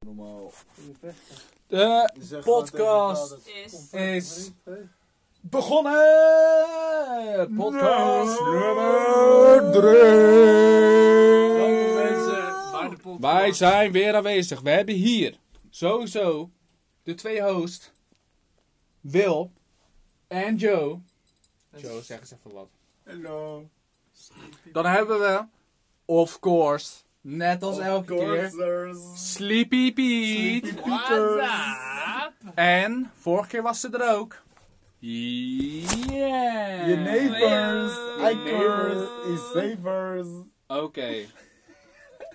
Normaal. De Zeg gewoon tegen elkaar podcast dat- Is. is Hey. begonnen! Podcast Nee. nummer Welkom 3! mensen bij de podcast. Wij zijn weer aanwezig. We hebben hier sowieso de twee hosts, Wil en Joe. Joe, zeg eens even wat. Hello. Dan hebben we, of course, net als elke keer, Corsers. Sleepy Pete. What's up? En vorige keer was ze er ook. Yeah. Je neighbors. Hey. I curse. Is savers. Oké.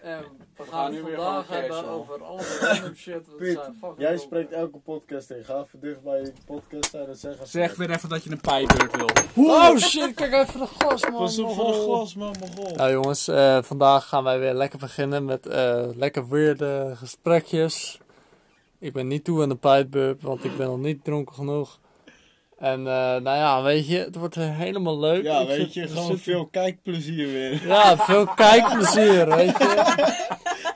En we gaan gaan nu het weer vandaag gewoon hebben casual. over al die random shit. want het Piet, zijn fucking Jij domme. spreekt elke podcast in. Ga even dicht bij je podcast zijn en zeg als Zeg weer even dat je een pijbeurt wil. Oh shit, kijk even de glas man. Pas op voor de glas, man. Begon. Nou jongens, eh, vandaag gaan wij weer lekker beginnen met eh, lekker weerde gesprekjes. Ik ben niet toe aan de pijpbub, want ik ben nog niet dronken genoeg. En eh, nou ja, weet je, het wordt helemaal leuk. Ja, Ik weet zit- je, ik gewoon zit- veel kijkplezier weer. Ja, veel kijkplezier, weet je.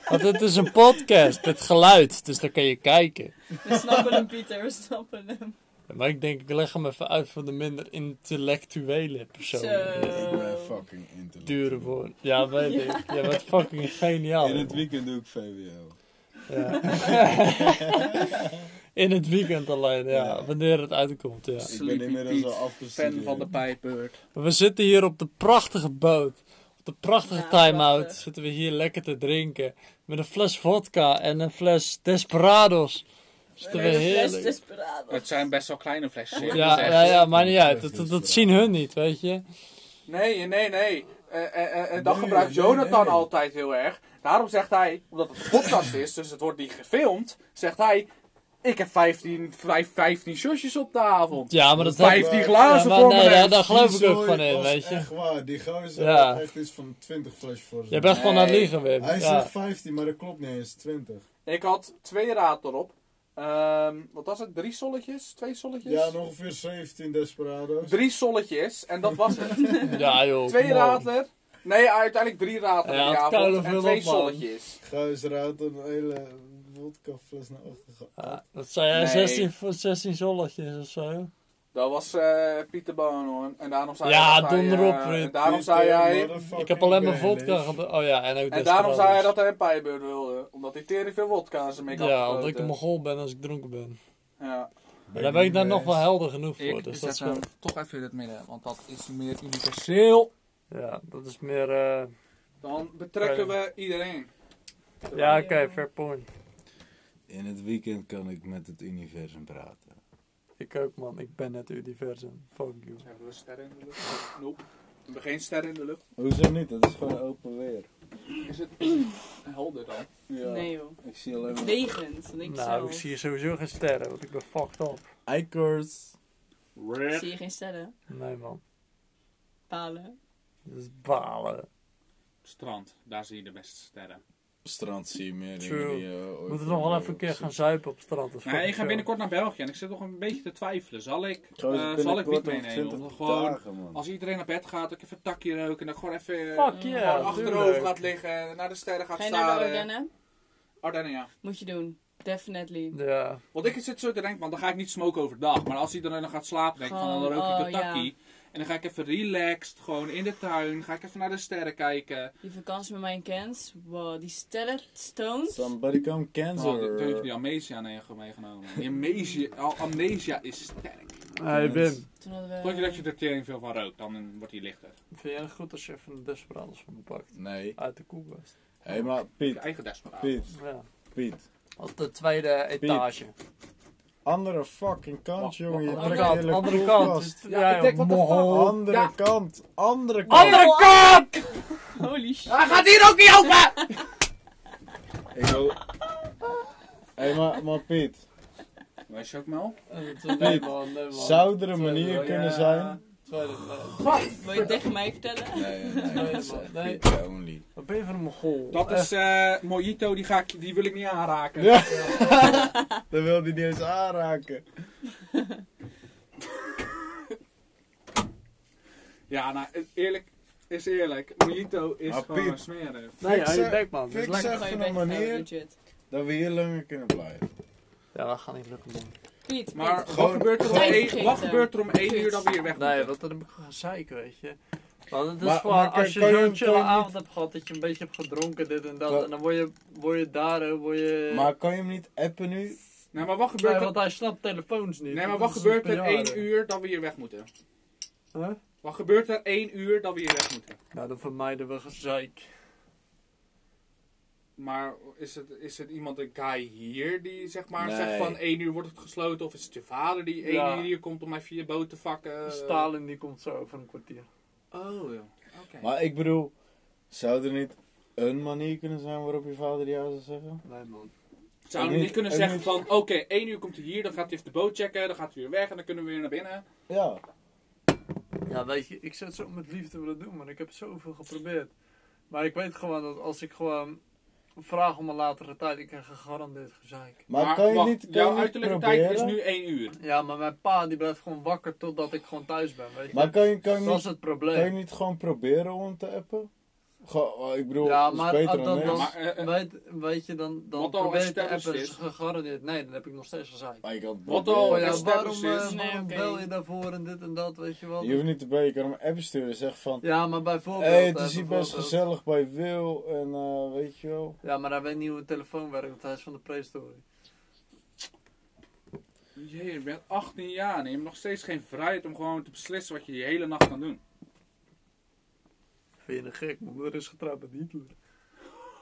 Want het is een podcast met geluid, dus dan kan je kijken. We snappen hem, Pieter, we snappen hem. Maar ik denk, ik leg hem even uit voor de minder intellectuele personen. Zo. Ik ben fucking intelligent. Dure woord. Ja, weet ik. Jij bent fucking geniaal. In het joh. weekend doe ik VWO. Ja. In het weekend alleen, ja. Ja. Wanneer het uitkomt, ja. Ik ben Sleepy inmiddels al Pete, afgestudeerd. pijbeurt. Maar we zitten hier op de prachtige boot. Op de prachtige Ja, time-out prachtig. zitten we hier lekker te drinken. Met een fles vodka en een fles Desperados. Zitten we Fles heerlijk. Desperado. Het zijn best wel kleine flesjes. ik moet Ja, zeggen. ja, ja, maar niet uit. Dat, dat, dat zien hun niet, weet je. Nee, nee, nee. Eh, eh, eh, dat Nee, gebruikt nee, Jonathan nee. altijd heel erg. Daarom zegt hij, omdat het een podcast is, dus het wordt niet gefilmd, zegt hij... Ik heb 15, 5, 15 shotjes op de avond. Ja, maar dat Vijf- heb Vijftien glazen Ja, maar voor nee, me. daar- neus. daar geloof ik ook Sorry, gewoon in, was weet je. Echt waar, die gozer Ja. had echt iets van 20 flash voor Jij zijn. bent gewoon aan het Nee. liegen, Wim. Hij Ja. zegt 15, maar dat klopt niet eens, 20. Ik had twee raad erop. Ehm, wat was het? Drie solletjes? Twee solletjes? Ja, en ongeveer 17 desperado's. Drie solletjes en dat was het. Ja, joh. Twee kom op. radler. Nee, uiteindelijk drie radler Ja, in die het avond. kuilen En veel twee op, man. solletjes. Guis eruit een hele vodkafles naar achter gaan. Ja, dat zijn jij Nee. 16, voor 16 zolletjes of zo. Dat was eh, Pieter Boon hoor. En daarom zei Ja, hij... dat hij, donder op, eh, Ruud. En daarom zei hij... Ik heb alleen maar vodka gedaan. Oh ja, en ook En daarom zei hij Desperados. dat hij een pijbeurt wilde. Omdat hij tering veel wodka aan zijn make had Ja, omdat ik een gegoten. mogol ben als ik dronken ben. Ja. Maar daar ben ik dan nog wel helder genoeg voor. Ik Dus dat zet is hem wel... toch even in het midden. Want dat is meer universeel. Ja, dat is meer... eh, Dan betrekken we iedereen. Ja, oké, fair point. In het weekend kan ik met het universum praten. Ik ook, man. Ik ben het universum. Fuck you. Hebben we sterren in de lucht? Nope. We hebben geen sterren in de lucht. Hoezo niet? Dat is gewoon open weer. Is het is het helder dan? Ja. Nee joh. Ik zie alleen maar... Wegend, niks Nou, ik zie hier sowieso geen sterren, want ik ben fucked up. Eikers. Zie je geen sterren? Nee, man. Palen. Dat is balen. Strand, daar zie je de beste sterren. Strand zie je meer True. dingen die je ooit eh, We moeten nog van wel je even een keer hebt gaan gezien. zuipen op het strand. dat is Nou, ik fucking ga chill. binnenkort naar België en ik zit nog een beetje te twijfelen. Zal ik, Gozer, eh, zal ik binnenkort wiet nog meenemen? 20 Omdat gewoon, dagen, man. als iedereen naar bed gaat, dat ik even een takje rook en dat ik gewoon even eh, Fuck Ja, yeah, gewoon achterover tuurlijk. gaat liggen, naar de sterren gaat Ga je naar de staren. Ardennen? Ardennen, ja. Moet je doen. Definitely. Ja. Want ik zit zo te denken, want dan ga ik niet smoken overdag. Maar als iedereen dan gaat slapen, denk ik van dan Gewoon, rook ik een oh, takkie. ja. En dan ga ik even relaxed, gewoon in de tuin, ga ik even naar de sterren kijken. Die vakantie met mijn kens. Wow, die sterren stones. Somebody come Dan had cancer. ik natuurlijk die amnesia negen- meegenomen. Die amnesia, al- amnesia is sterk. Hey, Wim. Toen hadden we... Vond je dat je er tering veel van rookt, dan wordt die lichter. Vind jij het goed als je even een desperados van me pakt? Nee. Uit de koelkast. Hé, eh, hey, maar Je Piet, eigen desperado. Piet, Ja. Piet. Op de tweede etage. Andere fucking kant, Wacht, jongen. Je Andere trekt kant, hele andere koelkast. kant. Ja, ik denk, what the fuck? mohol. Andere Ja. kant, andere kant. Andere kant! Holy shit. Hij Ah, gaat hier ook niet open! Ik wil... Hé, maar, maar Piet. Wij chocomel? Nee man, nee man. Zou er een manier Tweede, kunnen ja. zijn? eh, Tweede, tweede. Wil je het tegen mij vertellen? Nee, nee, Nee, dat man, is nee. eh, only. Wat ben je van een mogol? Dat is eh mojito, die, ga ik, die wil ik niet aanraken. Ja. Dan wil hij niet eens aanraken. Ja, nou eerlijk is eerlijk. Mojito is Maar gewoon Piet- smerig. Nee, Ik hou je zeg- bek man. Dat is ik lekker. zeg Ga je van een weg, nou, manier legit. Dat we hier langer kunnen blijven. Ja, dat gaat niet lukken, man. Piet, Maar Piet. wat gebeurt, er om Tijd één, vergeten. wat gebeurt er om één Kut. uur dat we hier weg moeten? Nee, want dan heb ik gewoon zeiken, weet je. Want het is Maar- gewoon, maar kan- als je kan je- zo'n kan chille je niet- avond hebt gehad, dat je een beetje hebt gedronken, dit en dat, Kan- en dan word je, word je daar, hè, word je... Eh. Maar kan je hem niet appen nu? Nee, maar wat nee, gebeurt er... want hij snapt telefoons niet. Nee, maar Dat wat is gebeurt er super één raar. uur dat we hier weg moeten? Huh? Wat gebeurt er één uur dat we hier weg moeten? Nou, dan vermijden we gezeik. Maar is het, is het iemand, een guy hier, die zeg maar Nee. zegt van één uur wordt het gesloten? Of is het je vader die één Ja. uur hier komt om even je boot te Eh. vakken? Stalin die komt zo over een kwartier. Oh, ja. Oké. Maar ik bedoel, zou er niet een manier kunnen zijn waarop je vader ja zou zeggen? Nee, man. Zouden En we niet niet- kunnen en zeggen niet- van, oké, één uur komt hij hier, dan gaat hij even de boot checken, dan gaat hij weer weg en dan kunnen we weer naar binnen. Ja. Ja, weet je, ik zou het zo met liefde willen doen, maar ik heb zoveel geprobeerd. Maar ik weet gewoon dat als ik gewoon vraag om een latere tijd, ik krijg gegarandeerd gezeik. Maar, kan je wacht, niet, kan je jouw niet uiterlijke proberen? tijd is nu één uur. Ja, maar mijn pa die blijft gewoon wakker totdat ik gewoon thuis ben, weet je. Maar kan je, kan, je dat is niet, het kan je probleem. niet gewoon proberen om hem te appen? Gewoon, eh, ik bedoel, Ja, is maar beter dan ah, dan, dan, niks. Maar, eh, eh, weet, weet je, dan, dan wat al probeer ik te established appen, is is. gegarandeerd. Nee, dan heb ik nog steeds gezeik. Maar je kan het Wat proberen. al, Oh ja, established waarom, eh, is. Nee, waarom oké. bel je daarvoor en dit en dat, weet je wel. Je hoeft niet te bellen, je kan hem een app sturen. Zeg van, Ja, maar bijvoorbeeld... hey, het hè, is hier best bijvoorbeeld. gezellig bij Wil en eh, weet je wel. Ja, maar hij weet niet hoe een telefoon werkt, want hij is van de prehistorie. Jee, je bent 18 jaar en je hebt nog steeds geen vrijheid om gewoon te beslissen wat je je hele nacht kan doen. Vind je een gek? Mijn moeder is getrouwd met Hitler.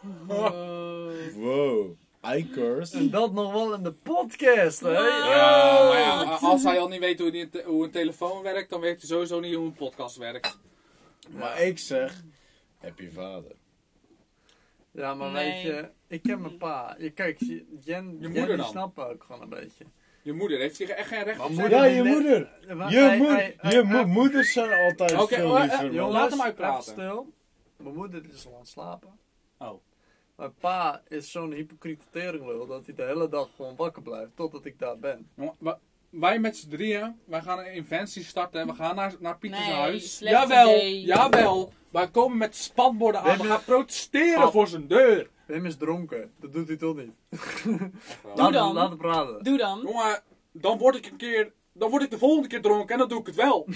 Wow. Wow, I En curse. dat nog wel in de podcast, hè? Ja, Ja, Oh, maar ja, als hij al niet weet hoe, die te- hoe een telefoon werkt, dan weet hij sowieso niet hoe een podcast werkt. Maar ik zeg, heb je vader. Ja, maar Nee. weet je, ik ken mijn pa. Je, kijk, je- Jen, Jen moeder die dan? snapt ook gewoon een beetje. Je moeder heeft hier echt geen recht Maar op. moeder- Ja, zeggen. je moeder. Maar Je, hij- hij- moed, hij- je hij- moed- moeders zijn altijd Oké, veel oh, eh, liever. Jongens, man. Laat hem uitpraten. even stil. Mijn moeder is al aan het slapen. Oh. Mijn pa is zo'n hypocriete teringlul dat hij de hele dag gewoon wakker blijft totdat ik daar ben. Jongen, Nou, wa- Wij met z'n drieën, wij gaan een inventie starten. We gaan naar, naar Pieter's Nee, huis. slecht Jawel, idee. jawel. Wij komen met spanborden aan. We Wim- gaan protesteren Pap. voor zijn deur. Wim is dronken, dat doet hij toch niet. Doe Laat, dan. hem- laat hem praten. Doe dan. Jongen, dan word ik een keer... Dan word ik de volgende keer dronken en dan doe ik het wel.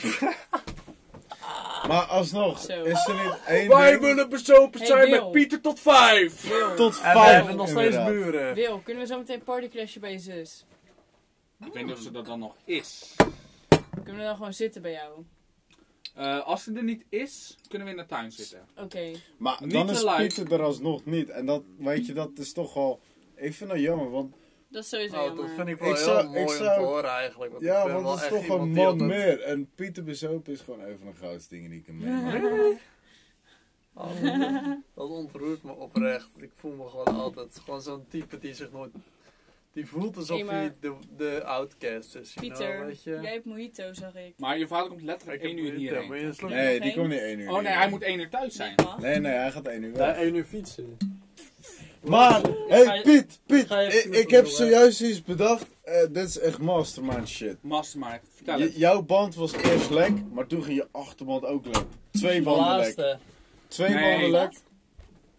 Maar alsnog, Zo. is er niet één Wij ding willen bezopen Hey, zijn Bill. met Pieter tot vijf. tot En we vijf hebben nog steeds inderdaad. buren. Wil, kunnen we zo meteen partycrashen bij je zus? Ik weet niet of ze dat dan nog is. Kunnen we dan gewoon zitten bij jou? Eh, als ze er niet is, kunnen we in de tuin zitten. Oké. Maar Niet dan te is live. Pieter er alsnog niet. En dat, weet je, dat is toch wel... Ik vind dat jammer, want... Dat is sowieso Oh, dat jammer. vind ik wel Ik heel zou- ik mooi om zou- te horen eigenlijk. Want ik Ja, ben want wel het is echt toch iemand een die man altijd- meer. En Pieter Bezopen is gewoon een van de grootste dingen die ik hem meeneem. Oh, dat- dat ontroert me oprecht. Ik voel me gewoon altijd gewoon zo'n type die zich nooit... Die voelt alsof Hey, maar- hij de, de outcast is. you know, Pieter, Nou, weet je? jij hebt mojito, zag ik. Maar je vader komt letterlijk Ik één uur hierheen. Moet je een slokje- Nee, die Geen? komt niet één uur. Oh nee, hier. hij moet één uur thuis zijn. Niet mag. Nee, nee, hij gaat één uur Ja, weg. één uur fietsen. Maar, Ga hey je- Piet, Piet, ga je ik, even ik doen, heb hè? zojuist iets bedacht. Eh, dit is echt mastermind shit. Mastermind, vertel J- het. jouw band was eerst lek, maar toen ging je achterband ook lek. Twee banden lek. Laatste. Twee Nee. banden lek.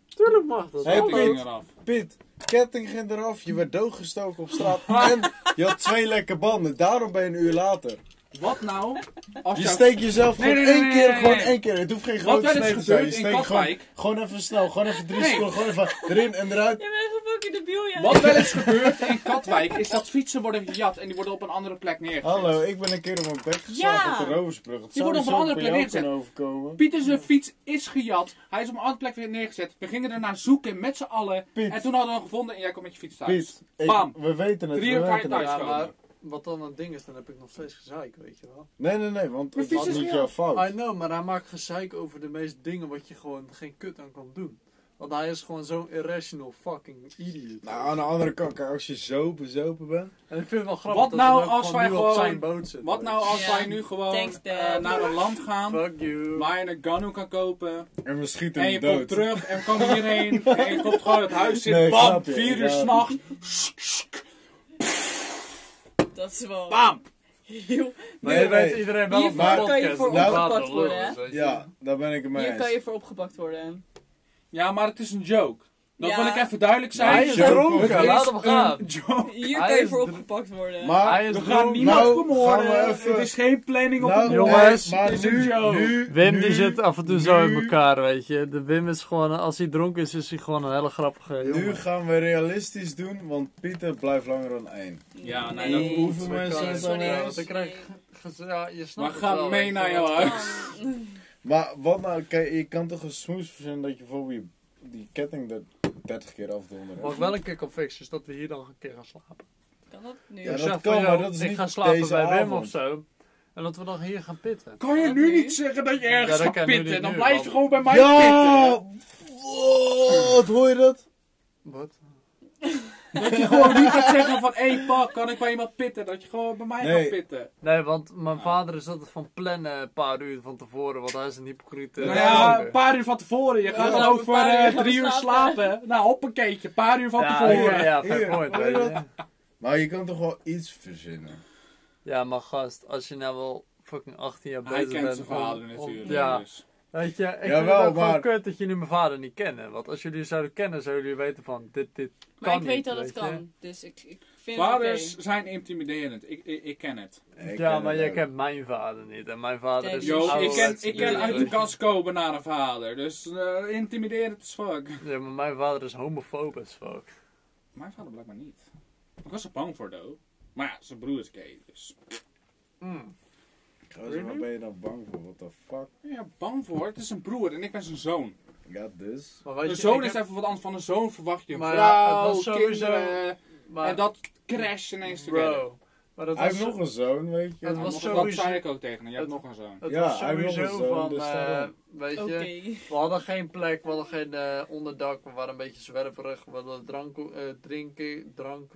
Tuurlijk mag dat. Hey, Ketting Piet. ging eraf. Piet, ketting ging eraf, je werd doodgestoken op straat. En je had twee lekke banden, daarom ben je een uur later. Wat nou? Als Je jouw- steekt jezelf Nee, gewoon nee, nee, één nee, keer, nee, gewoon nee. één keer. Het hoeft geen Wat grote wel eens snee te zijn. Je gebeurd in steekt gewoon, Katwijk. gewoon even snel, gewoon even drie Nee. seconden, gewoon even erin en eruit. Je bent een fucking debiel, jij. Wat wel eens gebeurt in Katwijk is dat fietsen worden gejat en die worden op een andere plek neergezet. Hallo, ik ben een keer op mijn bek geslagen Ja. op de Roversbrug. Het Je zou wordt op zo een andere bij plek jou neergezet. kunnen overkomen. Pieter zijn fiets is gejat. Hij is op een andere plek weer neergezet. We gingen ernaar zoeken met z'n allen. Piet. En toen hadden we hem gevonden en jij komt met je fiets thuis. Piet, ik- Bam. we weten het, Drie we uur weten kwijt het. Ja, thuis maar komen. wat dan het ding is, dan heb ik nog steeds gezeik, weet je wel. Nee, nee, nee, want het fiets was is niet geel. jouw I fout. know, maar hij maakt gezeik over de meeste dingen wat je gewoon geen kut aan kan doen. Want hij is gewoon zo'n irrational fucking idiot. Nou, aan de andere kant, kijk, als je zo bezopen bent... en ik vind het wel grappig Wat dat nou hij ook als gewoon wij nu gewoon- op zijn boot zit. Wat nou als Ja. wij nu gewoon Thanks, Dad. eh, naar een land gaan Fuck you. waar je een Gano kan kopen En we schieten en hem je dood. komt terug en kan hierheen en je komt gewoon het huis in. Nee, bam, snap je, vier uur ja. s'nachts. Dat is wel Bam. heel... Maar Nee, je weet nee. iedereen wel Hiervoor van kan podcast je voor dat opgepakt later worden, lullen hè? is, weet je. Ja, daar ben ik het mee Hier eens. kan je voor opgepakt worden. Ja, maar het is een joke. Dat Ja. wil ik even duidelijk zijn. Hij is Het dronken, is laat hem een gaan. joke. Hier Hij kan je is voor dr- opgepakt worden. Maar Hij is We dronken. gaan niemand Nou, vermoorden. gaan we even- Het is geen planning op Nou, een jongen, moord. jongens, maar het is een nu, joke. nu, Wim nu, die zit af en toe zo in nu- elkaar, weet je. De Wim is gewoon, als hij dronken is, is hij gewoon een hele grappige Nu jongen. gaan we realistisch doen, want Pieter blijft langer dan één. Ja, nou, Nee. dat hoeven hoeven we we. niet. Nee, is sorry, dan, eh, nee. wat ik Ja, je Maar ga mee naar jouw huis. Maar wat nou, kijk, je kan toch een smoes verzinnen dat je bijvoorbeeld je- die ketting er 30 keer afdondert. Wat ik wel een keer kan fixen, is dat we hier dan een keer gaan slapen. Kan dat nu? Ja, Ik dat zeg kan, van, maar joh, dat is ik niet ga slapen deze bij Wim avond. of zo. En dat we dan hier gaan pitten. Kan je nu niet zeggen dat je Ja, ergens dat gaat kan nu pitten? niet Dan nu, blijf je want- gewoon bij mij Ja! Wat hoor je dat? Wat? pitten. Dat je gewoon niet gaat zeggen van, hé pak, kan ik bij iemand pitten? Dat je gewoon bij mij Nee. gaat pitten. Nee, want mijn vader is altijd van plannen een paar uur van tevoren, want hij is een hypocriet. eh, Nou ja, een jongen. paar uur van tevoren. Je gaat Ja, dan een over paar uur eh, gaan drie uur slapen. slapen. Nou, hoppakeetje, een paar uur van ja, tevoren. Ja, ja, fair Hier, point, hoor weet je je. Maar je kan toch wel iets verzinnen? Ja, maar gast, als je nou wel fucking 18 jaar bezig Hij bent... kent zijn om- vader om- natuurlijk. Ja, dus. weet je, ik vind Jawel, het ook maar- gewoon kut dat jullie mijn vader niet kennen. Want als jullie zouden kennen, zouden jullie weten van, dit, dit kan Maar ik niet, weet dat het weet je. kan. Dus ik, ik vind Vaders het oké. zijn intimiderend. Ik, ik, ik ken het. Nee, ik Ja, ken maar het nou jij ook. kent mijn vader niet. En mijn vader Nee, is... die Yo, is een ik ken, ik ken ouderwetse uit de lul. kast komen naar een vader. Dus eh, intimiderend as fuck. Ja, maar mijn vader is homofoob as fuck. Mijn vader blijkbaar niet. Ik was er bang voor, though. Maar ja, zijn broer is gay, dus... Gozer, waar ben je nou bang voor? What the fuck? Ja, bang voor. Het is zijn broer en ik ben zijn zoon. Ja, dus. Maar weet Een je, zoon ik is heb- even wat anders. Van een zoon verwacht je Maar ja, het vrouw, was sowieso- kinderen. maar- En dat crash ineens together. Bro. Maar dat Hij heeft was, nog een zoon, weet je. Dat, Het was was dat sowieso- zei ik ook tegen hem. Je hebt Het- nog een zoon. het Ja, was hij heeft nog een sowieso zoon, van, dus eh, daarom. weet je, Oké. we hadden geen plek, we hadden geen eh, onderdak, we waren een beetje zwerverig, we hadden drank, eh, drinken, drank,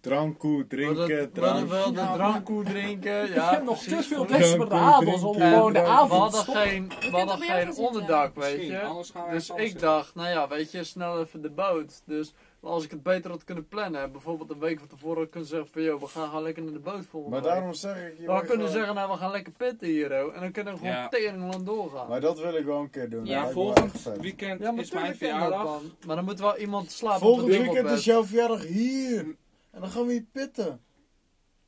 Drankoe, drinken, we hadden, we drank. hadden Nou, drankoe drinken, Ik ja heb nog precies. te veel Drank, desperate drank, avonds om drank, gewoon de drank. We avond te hadden stoppen. geen, we kunt hadden op jou geen gaan zitten. onderdak, weet Misschien, je. anders gaan we Dus ergens anders ik dacht, nou ja, weet je, snel even de boot. Dus als ik het beter had kunnen plannen, bijvoorbeeld een week van tevoren had kunnen zeggen van, joh, we gaan gewoon lekker naar de boot volgende Maar week. daarom zeg ik... je Dan bent kunnen we gewoon- zeggen, nou we gaan lekker pitten hier, ho. En dan kunnen we gewoon Ja. tering lang doorgaan. Maar dat wil ik wel een keer doen. Ja, dat lijkt me wel volgend echt vet. weekend Ja, maar is mijn tuurlijk kan dat, verjaardag. man. Maar dan moet wel iemand slapen Volgend op de weekend is dubbelbed. jouw verjaardag hier. En dan gaan we hier pitten.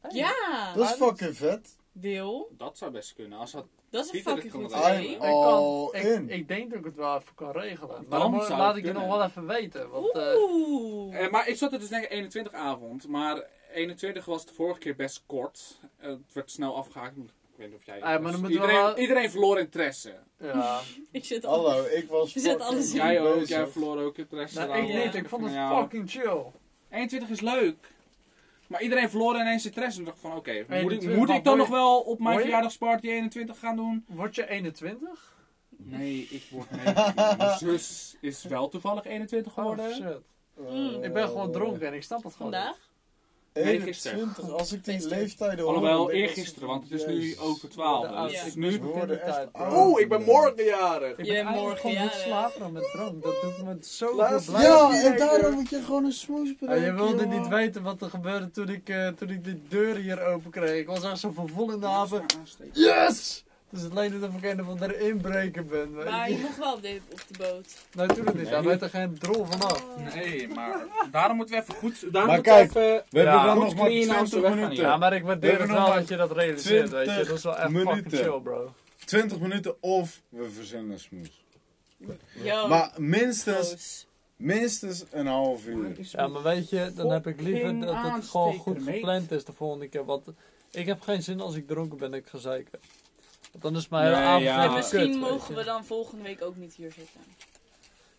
Ja, Dat is fucking vet. Deel. Dat zou best kunnen. Als dat... Dat is een Pieter, fucking dat goed kan wel. idee. I'm Ik, all kan, in. ik, ik denk dat ik het wel even kan regelen. Maar Dan dan moet- zou laat het ik je nog kunnen. wel even weten. Want, eh, Oeh. Eh, maar ik zat er dus denk ik 21 avond. Maar 21 was de vorige keer best kort. Eh, het werd snel afgehaakt. Ik weet niet of jij... Ah, maar dan was. moeten we iedereen, wel- iedereen verloor interesse. ja. Ik zit al. Hallo, ik was Je zet fucking alles in. Jij ook, bezig. jij verloor ook interesse. Nou, ik daaraan. niet, ik vond het Ja. fucking chill. 21 is leuk. Maar iedereen verloor ineens interesse. En dacht van, oké, moet, ik, 21, moet maar ik dan hoor nog je- wel op mijn hoor je- verjaardagsparty 21 gaan doen? Word je 21? Nee, ik word nee. Mijn zus is wel toevallig 21 Oh geworden. shit. Eh, Mm. Ik ben gewoon dronken en ik snap het gewoon niet. Vandaag? Nee, gisteren. 21, als ik die leeftijden hoor... Alhoewel, dan denk ik van, eergisteren, want het Oh, is nu jezus. over 12. Dus Ja. het is We nu... worden echt Oeh, oud, man. jarig. Jij Ik ben eigenlijk morgen gewoon jarig. niet slapen dan met drank. Dat doet me zo blij. Laatst- Ja, en en daarom moet je gewoon een smoes bedenken. je wilde jongen. niet weten wat er gebeurde toen ik, eh, toen ik die deur hier open kreeg. Ik was echt zo van vol in de haven. Yes! Dus het leek net of ik een of andere inbreker ben. weet Maar je je. mocht wel op de, op de boot. Nou, toen het niet. Daar Nee. werd er geen drol vanaf. Nee, maar daarom moeten we even goed... Daarom Maar moeten we kijk, even... We hebben Ja. dan Goed nog maar clean als we 20 weggaan minuten. hier. Ja, maar ik waardeer hebben het nog wel maar dat je dat realiseert, weet je. 20 Dat is wel echt fucking minuten. chill, bro. 20 minuten of we verzinnen een smoes. Yo. Maar minstens, Roos. minstens een half Oh, uur. Ja, maar weet je, dan heb ik liever Fucking dat het gewoon goed aansteker, mate. gepland is de volgende keer. Want ik heb geen zin als ik dronken ben dat ik ga zeiken. Want dan is mijn hele Nee, avond ja. helemaal en nou, misschien Ah, kut, weet mogen je. we dan volgende week ook niet hier zitten.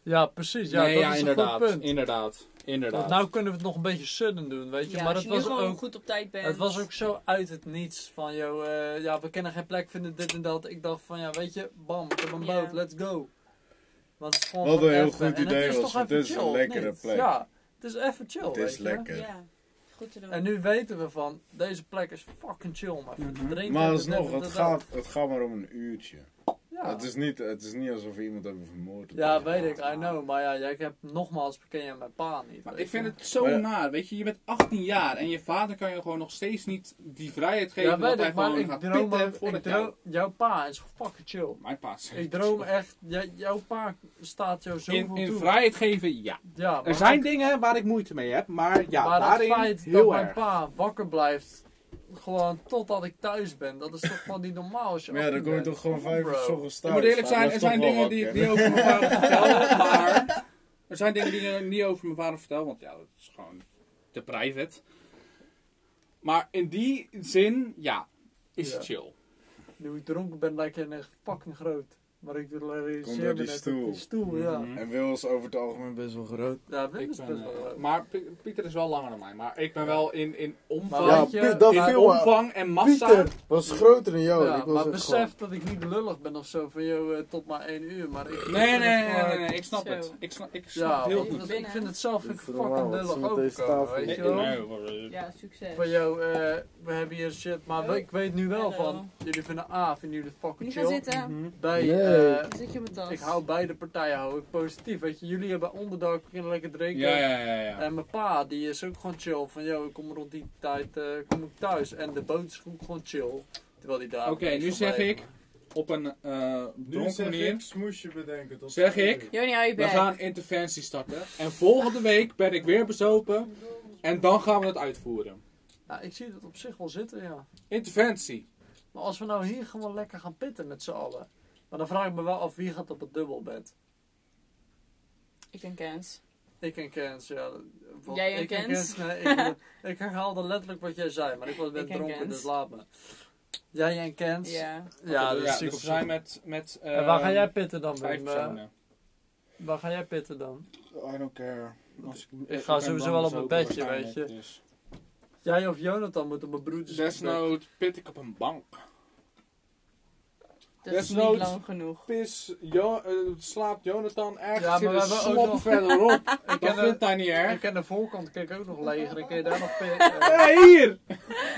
Ja, precies. Ja, nee, dat ja, is inderdaad, een goed punt. Inderdaad, Want inderdaad. nou kunnen we het nog een beetje sudden doen, weet je. Ja, maar als het je nu was, gewoon ook, goed op tijd bent. het was ook zo uit het niets van, joh, eh, ja, we kennen geen plek, vinden dit en dat. Ik dacht van, ja, weet je, bam, ik heb een Ja. boot, let's go. Want het is gewoon Wat van een heel even. goed En het idee is was, toch want even dit is een chill, of lekkere niet? plek. Ja, het is even chill, Het is weet je. lekker. Ja, goed te doen. En nu weten we van, deze plek is fucking chill, maar Mhm. drinken... Maar dit, alsnog, dit, het dit, gaat, het gaat maar om een uurtje. dat. Ja, Het, is niet, het is niet alsof we iemand hebben vermoord. ja weet ik, I know. Maar ja, jij hebt nogmaals ken je mijn pa niet. Maar weet ik vind je. het zo Maar ja. naar, weet je. Je bent 18 jaar en je vader kan je gewoon nog steeds niet die vrijheid geven Ja, dat weet hij ik, maar gewoon ik gaat droom... pitten ook- voor ik het jou. droom jouw pa is fucking chill. Mijn pa is- Ik droom echt... jij- jouw pa staat jou in, zoveel in toe. vrijheid geven, ja. Ja, maar Er zijn ik- dingen waar ik moeite mee heb, maar ja, maar daarin het feit dat heel mijn erg. pa wakker blijft... Gewoon totdat ik thuis ben. Dat is toch gewoon niet normaal als je Maar ja, dan 18 kom je bent? toch gewoon Kom op, vijf uur bro. 's ochtends Ik thuis. moet eerlijk Hij zijn, er blijft zijn toch dingen wel die ik wakker. niet over mijn vader vertel, maar... Er zijn dingen die ik niet over mijn vader vertel, want ja, dat is gewoon te private. Maar in die zin, ja, is Ja. het chill. Nu ik dronken ben, lijkt je echt fucking groot. Maar ik Komt realiseer door me die net stoel. op die stoel, ja. Mhm. En Wil is over het algemeen best wel groot. Ja, Wim Ik is ben, best wel eh, groot. maar Pie- Pieter is wel langer dan mij, maar ik ben wel in, in omvang, Maar Ja, weet je, Piet, dat in viel wel. omvang en massa. Pieter was groter dan jou. en ja, ik was maar echt besef dat ik niet lullig ben of zo van jou eh, tot maar één uur. Maar ik Nee, nee, ik vind nee, het nee, gewoon- nee, ik snap Zo. het. Ik snap, ik snap Ja, het heel ik- goed. ik, vind het zelf Dit is fucking normaal, wat ze lullig met deze overkomen, tafel weet je doen. wel. Nee, Ja, succes. Van jou, eh, we hebben hier shit, maar Oh. ik weet nu wel Hallo. van, jullie vinden A, vinden jullie het fucking Niet gaan chill. zitten. Bij, Nee. eh, Zit je op mijn tas? Mhm. ik hou beide partijen hou ik positief, weet je. Jullie hebben onderdak, beginnen lekker drinken. Ja, ja, ja, ja. En mijn pa, die is ook gewoon chill. Van, yo, ik kom rond die tijd eh, kom ik thuis. En de boot is ook gewoon chill. Terwijl die daar... Oké, nu zeg ik op een eh dronken manier. smoesje bedenken. tot Zeg twee ik? uur. Joni, hou je We bek. gaan interventie starten. En volgende week ben ik weer bezopen. En dan gaan we het uitvoeren. Nou, ik zie dat op zich wel zitten, ja. Interventie. Maar als we nou hier gewoon lekker gaan pitten met z'n allen. Maar dan vraag ik me wel af wie gaat op het dubbelbed. Ik denk Kens. Ik en Kens, ja. wat- Jij en ik en Kens? nee, ik, ik herhaalde letterlijk wat jij zei, maar ik was net Ik en dronken, Kens. dus laat me. Jij en Kens? Ja. Ja, dat dus is ziek we op zijn zich. met. met En waar ga jij ehm, pitten dan, Vijf Wim? Eh, personen. Waar ga jij pitten dan? I don't care. Eh, Ik ga sowieso wel dus op mijn bedje, weet je. Dus Jij of Jonathan moeten mijn broeders... nou, Desnood pit ik op een bank. Dat is niet Desnoods- lang genoeg. Pis, jo eh, slaapt Jonathan ergens Ja, maar in we een hebben ook slop nog- verderop. Ik Dat ken, de, vindt hij niet ik erg. ken de voorkant kijk ook nog leeg. Dan kun je daar nog pitten. Ja, hier!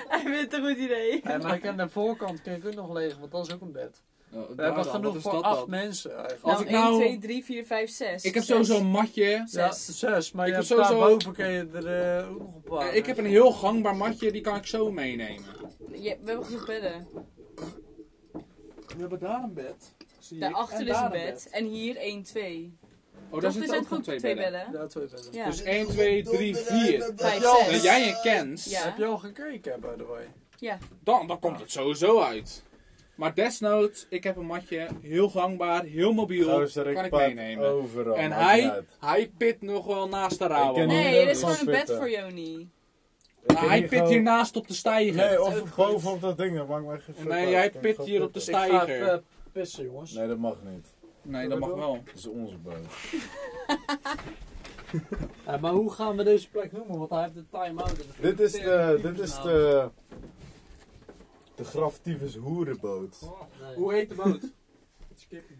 Hij vindt het een goed idee. Nee, eh, maar ik ken de voorkant kijk ook nog leeg, want dat is ook een bed. Oh, We hebben genoeg voor acht mensen eigenlijk. Als Nou, ik nou- 1, 2, 3, 4, 5, 6. Ik heb sowieso een matje. Eh, Ja, Zes. zes. Maar Ik je heb hebt sowieso- daarboven kun je er eh, ook nog een paar. Eh, Ik heb een heel gangbaar matje, die kan ik zo meenemen. Ja, we hebben genoeg bedden. We hebben daar een bed. Zie Daarachter is een bed. En hier 1, 2. Oh, daar er zitten zijn ook nog goed twee bedden. Ja, twee bedden. Ja. Dus 1, 2, 3, 4. Vijf, Ja, En zes. jij en Kens, Ja. Heb je al gekeken, by the way? dan, dan komt het sowieso uit. Maar desnoods, ik heb een matje, heel gangbaar, heel mobiel, Gozer, kan ik pak meenemen. Overal. En maakt niet hij, uit. hij pit nog wel naast de oh. Ik ken ramen. niet- Nee, er is Gewoon gewoon een bed spitten. voor Joni. Ik Maar kan hij hier pit gewoon- hiernaast op de Nee, oh. steiger. of bovenop dat ding, dat maakt mij geen fuck Nee, uit. jij Ik kan pit gewoon hier op de pitten. sta- Ik ga Tijger. even pissen, jongens. Nee, dat mag niet. Nee, dat mag wel. Dat is onze boot. Ja, Eh, maar hoe gaan we deze plek noemen? Want hij heeft de time-out. en de Dit is de, verkeerde dit is naam. de, de graftiefes hoerenboot. Oh, Nee, Hoe heet de boot? skippie.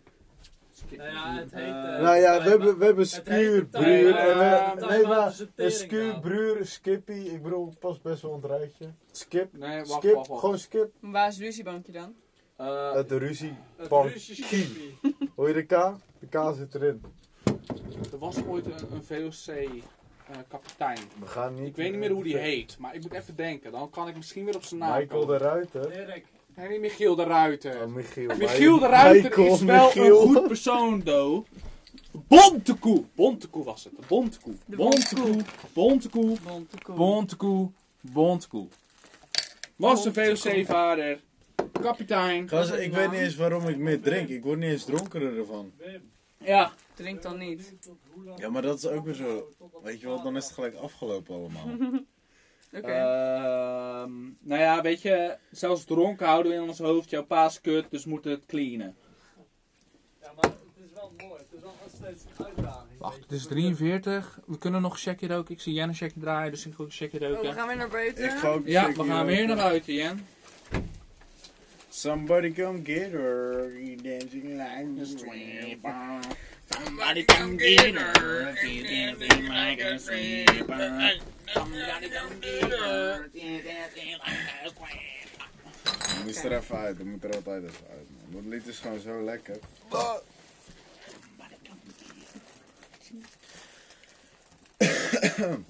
Nou ja, het heet... eh, nou ja, Time we hebben, Out. we hebben Het heet Skuur, de Time Bruur Out. en we, Time nee, Out maar, is een en teringnaam. Skuur, Bruur, Skippy, ik bedoel, het past best wel onder het rijtje. Skip, Nee, wacht, Skip, wacht, wacht. gewoon Skip. Maar Waar is het ruziebankje dan? Eh, Uit de ruzie, Het Pan. Russische skippie. hoor je de K? De K zit erin. er was ooit een, een VOC-kapitein. We gaan niet... eh, ik weet niet meer hoe die heet, maar ik moet even denken. Dan kan ik misschien weer op zijn naam Michael de komen. Ruiter. Erik. Nee, niet Michiel de Ruiter. Oh, Michiel. Michiel de Ruiter Michael, is wel Michiel. een goed persoon, do. Bontekoe. Bontekoe was het. Bontekoe. De Bontekoe. Bontekoe. Bond, de koe. Bontekoe. Bontekoe. Was een VOC-vader. Kapitein. Gast, ik weet niet eens waarom ik meer drink. Ik word niet eens dronkener ervan. Ja. Drink dan niet. Ja, maar dat is ook weer zo. Weet je wel, dan is het gelijk afgelopen allemaal. Oké. Ehm, nou ja, weet je, zelfs dronken houden we in ons hoofd. Jouw pa is kut, dus moeten we het cleanen. Ja, maar het is wel mooi. Het is wel nog steeds een uitdaging. Wacht, het is 43. We kunnen nog een checkje roken. Ik zie Jen een checkje draaien, dus ik ga ook een checkje Oh, we roken. gaan weer naar buiten. Ik ga ook Ja, zeker we gaan hier weer ook- naar buiten, Jen. Somebody come get her, you dancing like a stripper. Somebody come get her if you dancing like a stripper. Somebody come get her if you dancing like a stripper. Je moest er even uit. Dat moet er altijd even uit. Man. Dat lied is gewoon zo lekker.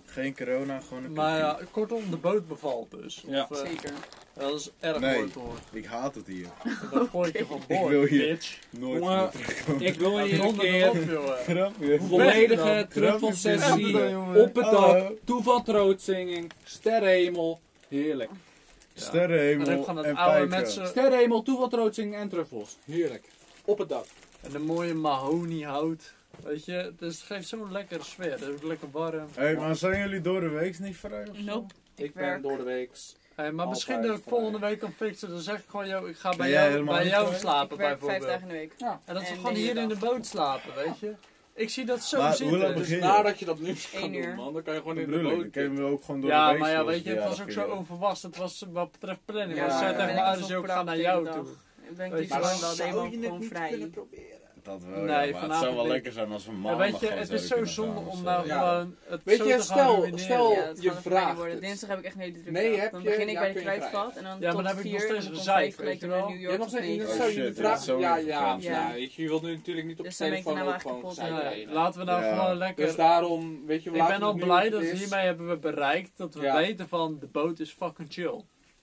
Geen corona, gewoon een Maar cultuur. ja, kortom, de boot bevalt dus. Ja. Of, eh, Zeker. dat is erg Nee. mooi te horen. Ik haat het hier. Dan gooi ik je van boord, wil hier- bitch. Nooit. Jongen, Ik wil Laat die hier een honden erop, keer jongen. Grapje. volledige Trump truffelsessie dan, jongen. op het dak, Hallo. toeval trootzinging, sterrenhemel, heerlijk. Rip Sterrenhemel van en het oude pijpen. mensen. Sterrenhemel, toeval trootzinging en truffels, heerlijk. Op het dak. En de mooie mahoniehout. Weet je, dus het geeft zo'n lekkere sfeer. Het is ook lekker warm. Hé, hey, maar zijn jullie door de week niet vrij? of zo? Nope. Ik ben werk. door de week. Hey, maar misschien Altijd dat ik volgende week kan fixen. Dan zeg ik gewoon, yo, ik ga bij jij jou, helemaal bij niet jou voor? slapen Ik werk vijf bijvoorbeeld. dagen in de week. En dat we En gewoon de hele hier in de dag. boot slapen, weet je. Ik zie dat zo Maar hoe zitten. lang Dus- begin- Dus Heerlijk. nadat je dat nu gaat Eén doen, uur. man, dan kan je gewoon Dat in de bedoel ik. boot. Ik heb hem ook gewoon door Ja, de week. maar ja, zoals weet je, het verjaardag was ook zo vieren. overwas. Het was wat betreft Ja, planning. Want ja, ze zei tegen ja. mijn ouders, yo, ik ga naar jou toe. Ik ben Weet niet je wel. gewoon wel helemaal gewoon vrij. proberen? Dat wel, Nee, ja, maar het zou vanavond wel niet. lekker zijn als we En maandag weet je, gewoon het is zo zouden kunnen zonde gaan of om zo. nou Ja. gewoon het Weet zo je, te gaan stel- ruïneren. stel- Ja, het Je gaat een verleiding vraagt worden. het. Dinsdag heb ik echt een hele drukke Nee, dag. heb Dan je- begin ik ja, bij de kun je krijgen. kruidvat en dan Ja, maar tot dan heb ik nog vier en steeds dan kom ik gezeik, even weet lekker je naar wel. New Je York nog of steeds negen. dat Oh zou shit, je niet dat is vragen. zo Ja, leuk. ja, Ja. ja. weet Je je wilt nu natuurlijk niet op Dus de dan ben ik telefoon daarna ook gewoon kapot. zijn. Ja, Nee, nee. Laten we nou Ja. gewoon lekker... Dus daarom, weet je, we ik laten ben al het nu blij wat dat het we is. hiermee hebben we bereikt dat we Ja. weten van de boot is fucking chill.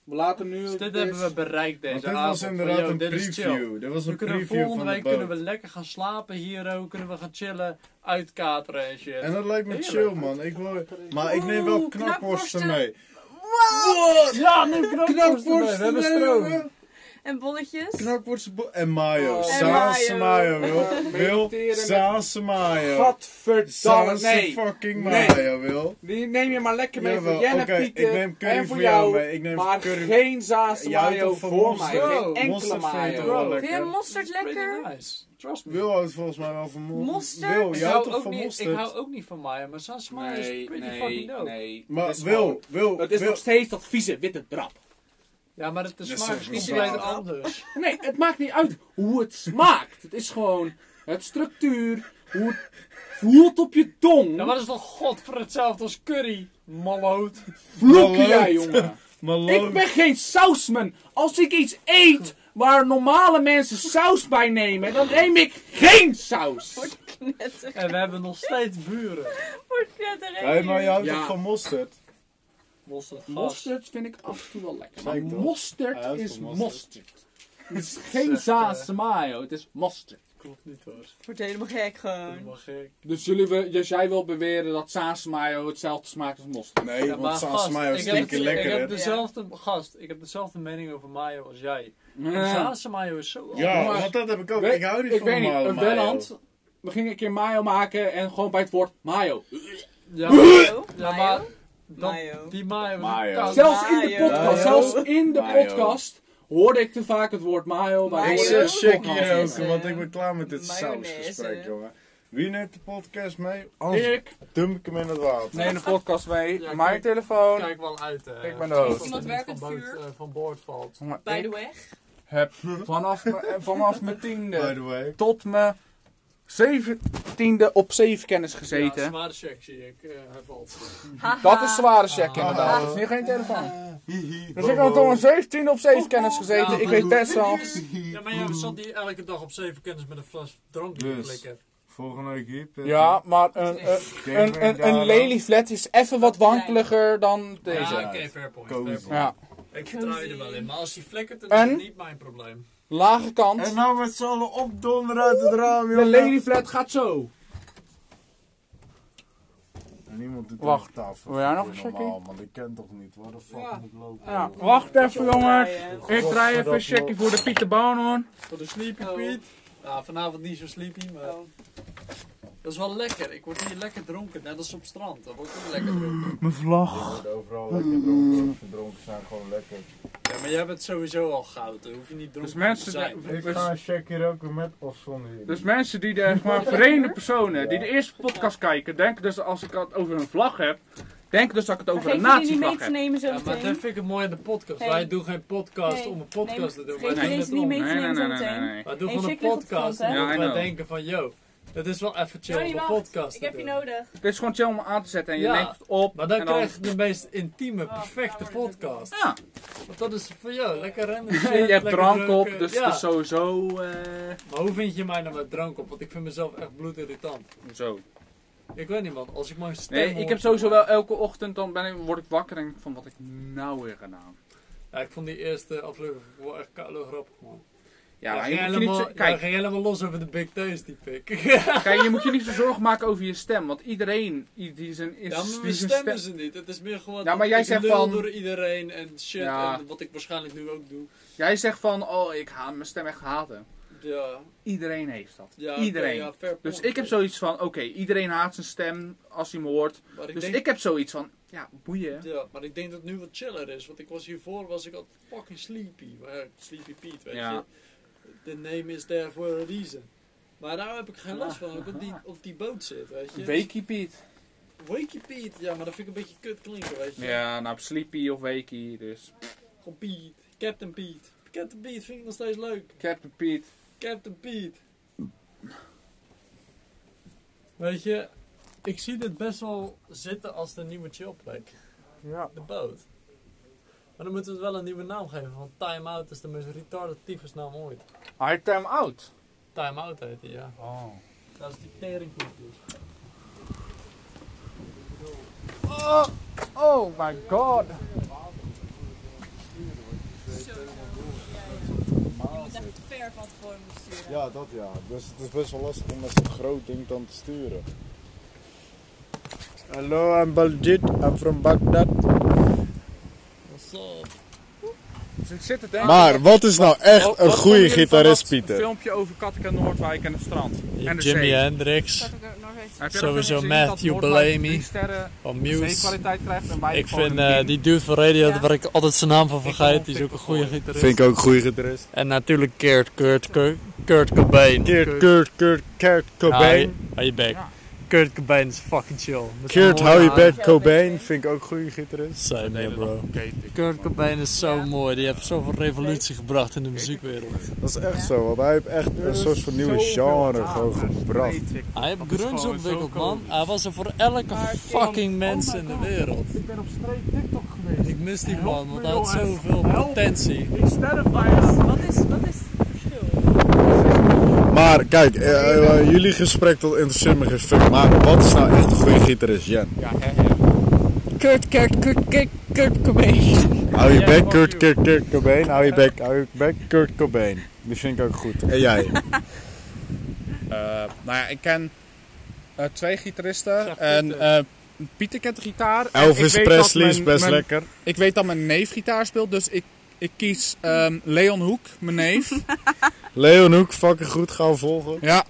We laten nu. Dus het dit is. hebben we bereikt deze Want dit avond. was van, inderdaad yo, een dit is chill. preview. Dit was We een kunnen preview volgende van de week kunnen we boot. lekker gaan slapen hier ook. Kunnen we gaan chillen, uitkateren en shit. En dat lijkt me Heerlijk. chill, man. Ik wil... Maar ik neem wel Oeh, knakworsten mee. knakworsten. Ja, nu knakworsten. We hebben stroom. En bolletjes. Knakworsten en mayo. Oh. Saanse En mayo, mayo. wil. Wil, Mediteren met- Saanse mayo. Gadverdamme, Saanse nee. fucking Nee. mayo, wil. Die neem je maar lekker mee Jawel, voor Jenna oké, ik Pieter. neem curry en voor voor jou jou, mee, ik neem maar curry- geen zaas Jij houdt mayo toch van voor mij. mosterd? Wow. Geen enkele Mosterd vind je toch mayo. wel Bro, lekker? Vind je mosterd Pretty lekker? Nice. Trust me. Wil houdt volgens mij wel van mo- Mosterd? Wil, ik, jij houdt hou toch ook van niet, ik hou mosterd? ook niet van Maya, maar Sans Maya is Nee, pretty nee, fucking dope. nee. Maar Het is Wil, gewoon- Wil, Het is Wil. nog steeds dat vieze witte drap. Ja, maar het de Ja, smaak soms is wel. compleet anders. Nee, het maakt niet uit hoe het smaakt. Het is gewoon het structuur, hoe het voelt op je tong. Ja, maar dat is toch godver hetzelfde als curry, malloot. Vloek Maar jij, leuk. jongen. Maar Ik ben geen sausman. Als ik iets eet waar normale mensen saus bij nemen, dan neem ik geen saus. Knetter. En we hebben nog steeds buren. Wordt knetterig. Hé, maar jij houdt Ja. toch van mosterd? Mosterd, gas. Mosterd vind ik af en toe wel lekker. Maar Zeker. Hij mosterd houdt is van mosterd. mosterd. eh, Het is geen saus mayo, het is mosterd. Klopt niet hoor. Wordt helemaal gek Dat gewoon. mag gek. Dus jullie, we- dus jij wil beweren dat saus mayo hetzelfde smaakt als mosterd? Nee, Ja, maar want Saanse gast, mayo is ik heb- tien keer Ik heb dus- lekkerder. dezelfde, gast, ik heb dezelfde mening over mayo als jij. Eh. Zaanse mayo is zo Ja, Maar- want dat heb ik ook. Weet- ik hou niet van weet niet, normale een mayo. Welland. We gingen een keer mayo maken en gewoon bij het woord mayo. Ja, maar, Mayo? ja, maar Mayo? dat- Mayo. die mayo. Mayo. koud. Zelf- Zelfs in de Mayo. podcast, Mayo. zelfs in de Mayo. podcast hoorde ik te vaak het woord mayo. Maar Ik Mayo. hoorde zeg het check podcast hier ook, niet. eh, want ik ben klaar met dit mayonaise. sausgesprek, jongen. Wie neemt de podcast mee? Anders Ik dump ik hem in het water. Oh. neem de podcast mee. Ja, mijn kijk. telefoon. Kijk wel uit. hè. Ik ben de host. Als er Iemand van, werkt boord, het vuur. eh, van boord valt. Maar Bij ik de weg. heb vanaf, mijn- eh, vanaf mijn By tiende the way. tot mijn zeventiende op zeven kennis Ja, gezeten. zware check zie ik. eh, hij valt. Dat is zware check Ah. inderdaad. Dat is nu geen telefoon. Ah. Hihi. Dus ik had tot mijn zeventiende op zeven kennis Oh. Ja, gezeten. Ik maar weet doe- best wel. Ja, maar jij zat die elke dag op zeven kennis met een fles drank in Dus. flikken. Volgende week hier. Peter. Ja, maar een, een, een, een, een lely flat is even wat wankeliger dan Ja, oké, deze. fair point. Cozy. fair point. Ja. Ik vertrouw je er wel in, maar als hij flikkert, dan is En? het niet mijn probleem. Lage En kant. nou met z'n allen opdonderen uit het raam, De jongen. lady flat gaat zo. Niemand doet Wacht. Wacht. tafel. Wil jij nog een Doe checkie? normaal, man. Ik ken toch niet. Waar de fuck moet ik lopen? Ja, joh? wacht even jongen. Ik draai even Godverdamme. een checkie voor de Pieter Bouwhoorn. Voor de sleepy Oh. Piet. Nou, vanavond niet zo sleepy, maar Oh. dat is wel lekker. Ik word hier lekker dronken, net als op strand. Dan word ik ook lekker Mm. dronken. Mijn vlag. Je wordt overal lekker dronken. Verdronken zijn gewoon lekker. Ja, maar jij bent sowieso al goud, dan hoef je niet dronken Dus mensen, te zijn. Ik dus- ga een checkje roken met of zonder jullie. dus mensen die de zeg maar, vreemde personen die de eerste podcast kijken, denken dus als ik het over een vlag heb, denken dus dat ik het over een Vergeet jullie niet mee nazi-vlag te heb. nemen zo Ja, maar dat meteen. vind ik het mooi aan de podcast. Hey. Wij doen geen podcast Nee. om een podcast Nee, te doen. vergeet Wij doen deze het niet om. mee. Nee, nee, nee, nee, nee. nee. Wij doen Hey, gewoon een check ligt op het podcast strand, hè? omdat Ja, nou. I wij know. denken van, yo, Het is wel even chill Johnny, om een wacht. podcast Ik te heb je nou- doen. nodig. Het is gewoon chill om aan te zetten en je Ja, neemt het op. Maar dan en krijg je de meest intieme, Oh, perfecte daar wordt het podcast. Ja, Want dat is voor jou, lekker rennen. je shit, hebt lekker drank op, drukken. dus ja. het is sowieso... eh, Maar hoe vind je mij nou met drank op? Want ik vind mezelf echt bloedirritant. zo. Ik weet niet man, als ik mijn stem Nee, ik hoor- heb sowieso wel elke ochtend, dan ben ik, word ik wakker en denk ik van wat heb ik nou weer gedaan. Ja, ik vond die eerste aflevering wel echt koude grappig man. Ja, Jij maar ging je moet je niet helemaal, zo, kijk. kijk, ging helemaal los over de big taste die pik. kijk, je moet je niet zo zorgen maken over je stem, want iedereen i- die zijn, is, Ja, maar die we zijn stemmen ze niet. Het is meer gewoon Ja, maar dat jij ik zegt lul van- door iedereen en shit. Ja. En wat ik waarschijnlijk nu ook doe. Jij zegt van, oh, ik haat mijn stem echt haten. Ja, Iedereen heeft dat. ja oké, iedereen. ja, fair dus point. ik heb zoiets van, oké, iedereen haat zijn stem als hij me hoort. Maar ik Dus denk, ik heb zoiets van, ja, boeien. Ja, maar ik denk dat het nu wat chiller is. Want ik was hiervoor was ik al fucking sleepy. Maar ja, sleepy Pete, weet Ja. je. The name is there for a reason. Maar nou heb ik geen last van. dat Ik op die, op die boot zit, weet je. Wakey Piet. Wakey Pete. Ja, maar dat vind ik een beetje kut klinken, weet je. Ja, nou, Sleepy of Wakey, dus. Gewoon Pete. Captain Pete. Captain Pete vind ik nog steeds leuk. Captain Piet. Captain Pete. Weet je, ik zie dit best wel zitten als de nieuwe chillplek. Ja. De boot. Maar dan moeten we het wel een nieuwe naam geven, want Time Out is de meest retarded tyfusnaam ooit. Hard time out. Time Out heet die, ja. Oh. Dat is die teringkoekjes. Oh, oh my god. Je moet echt ver van tevoren moeten sturen. Ja, dat ja. Dus het is best wel lastig om met zo'n groot ding dan te sturen. Hallo, I'm Baljit. I'm from Baghdad. What's up? Dus ik zit te denken. Maar wat is nou echt een goede gitarist, Een Pieter? filmpje over Kattenkanaal Noordwijk en het strand. En de Jimi zee. Hendrix, Zat ik er nog eens. Heb je Sowieso dat gezien dat Matthew Noordwijk Bellamy. drie sterren van Muse. zeekwaliteit krijgt en wij Ik gewoon vind een eh, ding? die dude van Radio, Ja. waar ik altijd zijn naam van kan vergeet, wel die is ook een TikTok goede gooien. gitarist. Vind ik ook een goede gitarist. En natuurlijk Kurt, Kurt, Kurt, Kurt Cobain. Kurt, Kurt, Kurt, Kurt Cobain. Ah, Hou je bek. Ja. Kurt Cobain is fucking chill. Met Kurt, een hou je mooie haar. bek, Cobain. Vind ik ook een goede gitarist. Same Nee, here, dat- bro. oké, ik- Kurt Cobain is zo Ja. mooi. Die heeft zoveel revolutie gebracht in de muziekwereld. Dat is echt Ja. zo, want hij heeft echt een soort van nieuwe Zoveel genre gewoon aandacht. gebracht. Weet ik. Hij heeft Dat is grunge gewoon ontwikkeld, zo man. cool. Hij was er voor elke Maar ik- fucking mens Oh my in de God. wereld. Ik ben op streek TikTok geweest. Ik mis die Help man, me, want hij had jongen. zoveel Help. potentie. Ik sterf bijna. Wat is, wat is het verschil? Maar kijk, eh, eh, eh, jullie gesprek dat interesseert me geen fuck. Maar wat is nou echt een goede gitarist, Jen? Ja, hè, hè. Kurt, Kurt, Kurt, Kurt, Kurt Cobain. Hou je Jen, bek, fuck Kurt, you. Kurt, Kurt Cobain. Hou je bek, hou je bek, Kurt Cobain. Die vind ik ook goed. En jij? Eh, nou ja, ik ken eh, twee gitaristen. Zeg en Pieter. eh, Pieter kent de gitaar. En ik Elvis weet Presley dat is mijn- best mijn- lekker. Ik weet dat mijn neef gitaar speelt, dus ik, ik kies ehm, Leon Hoek, mijn neef. Leon Hoek, fucking goed, gaan volgen. ja,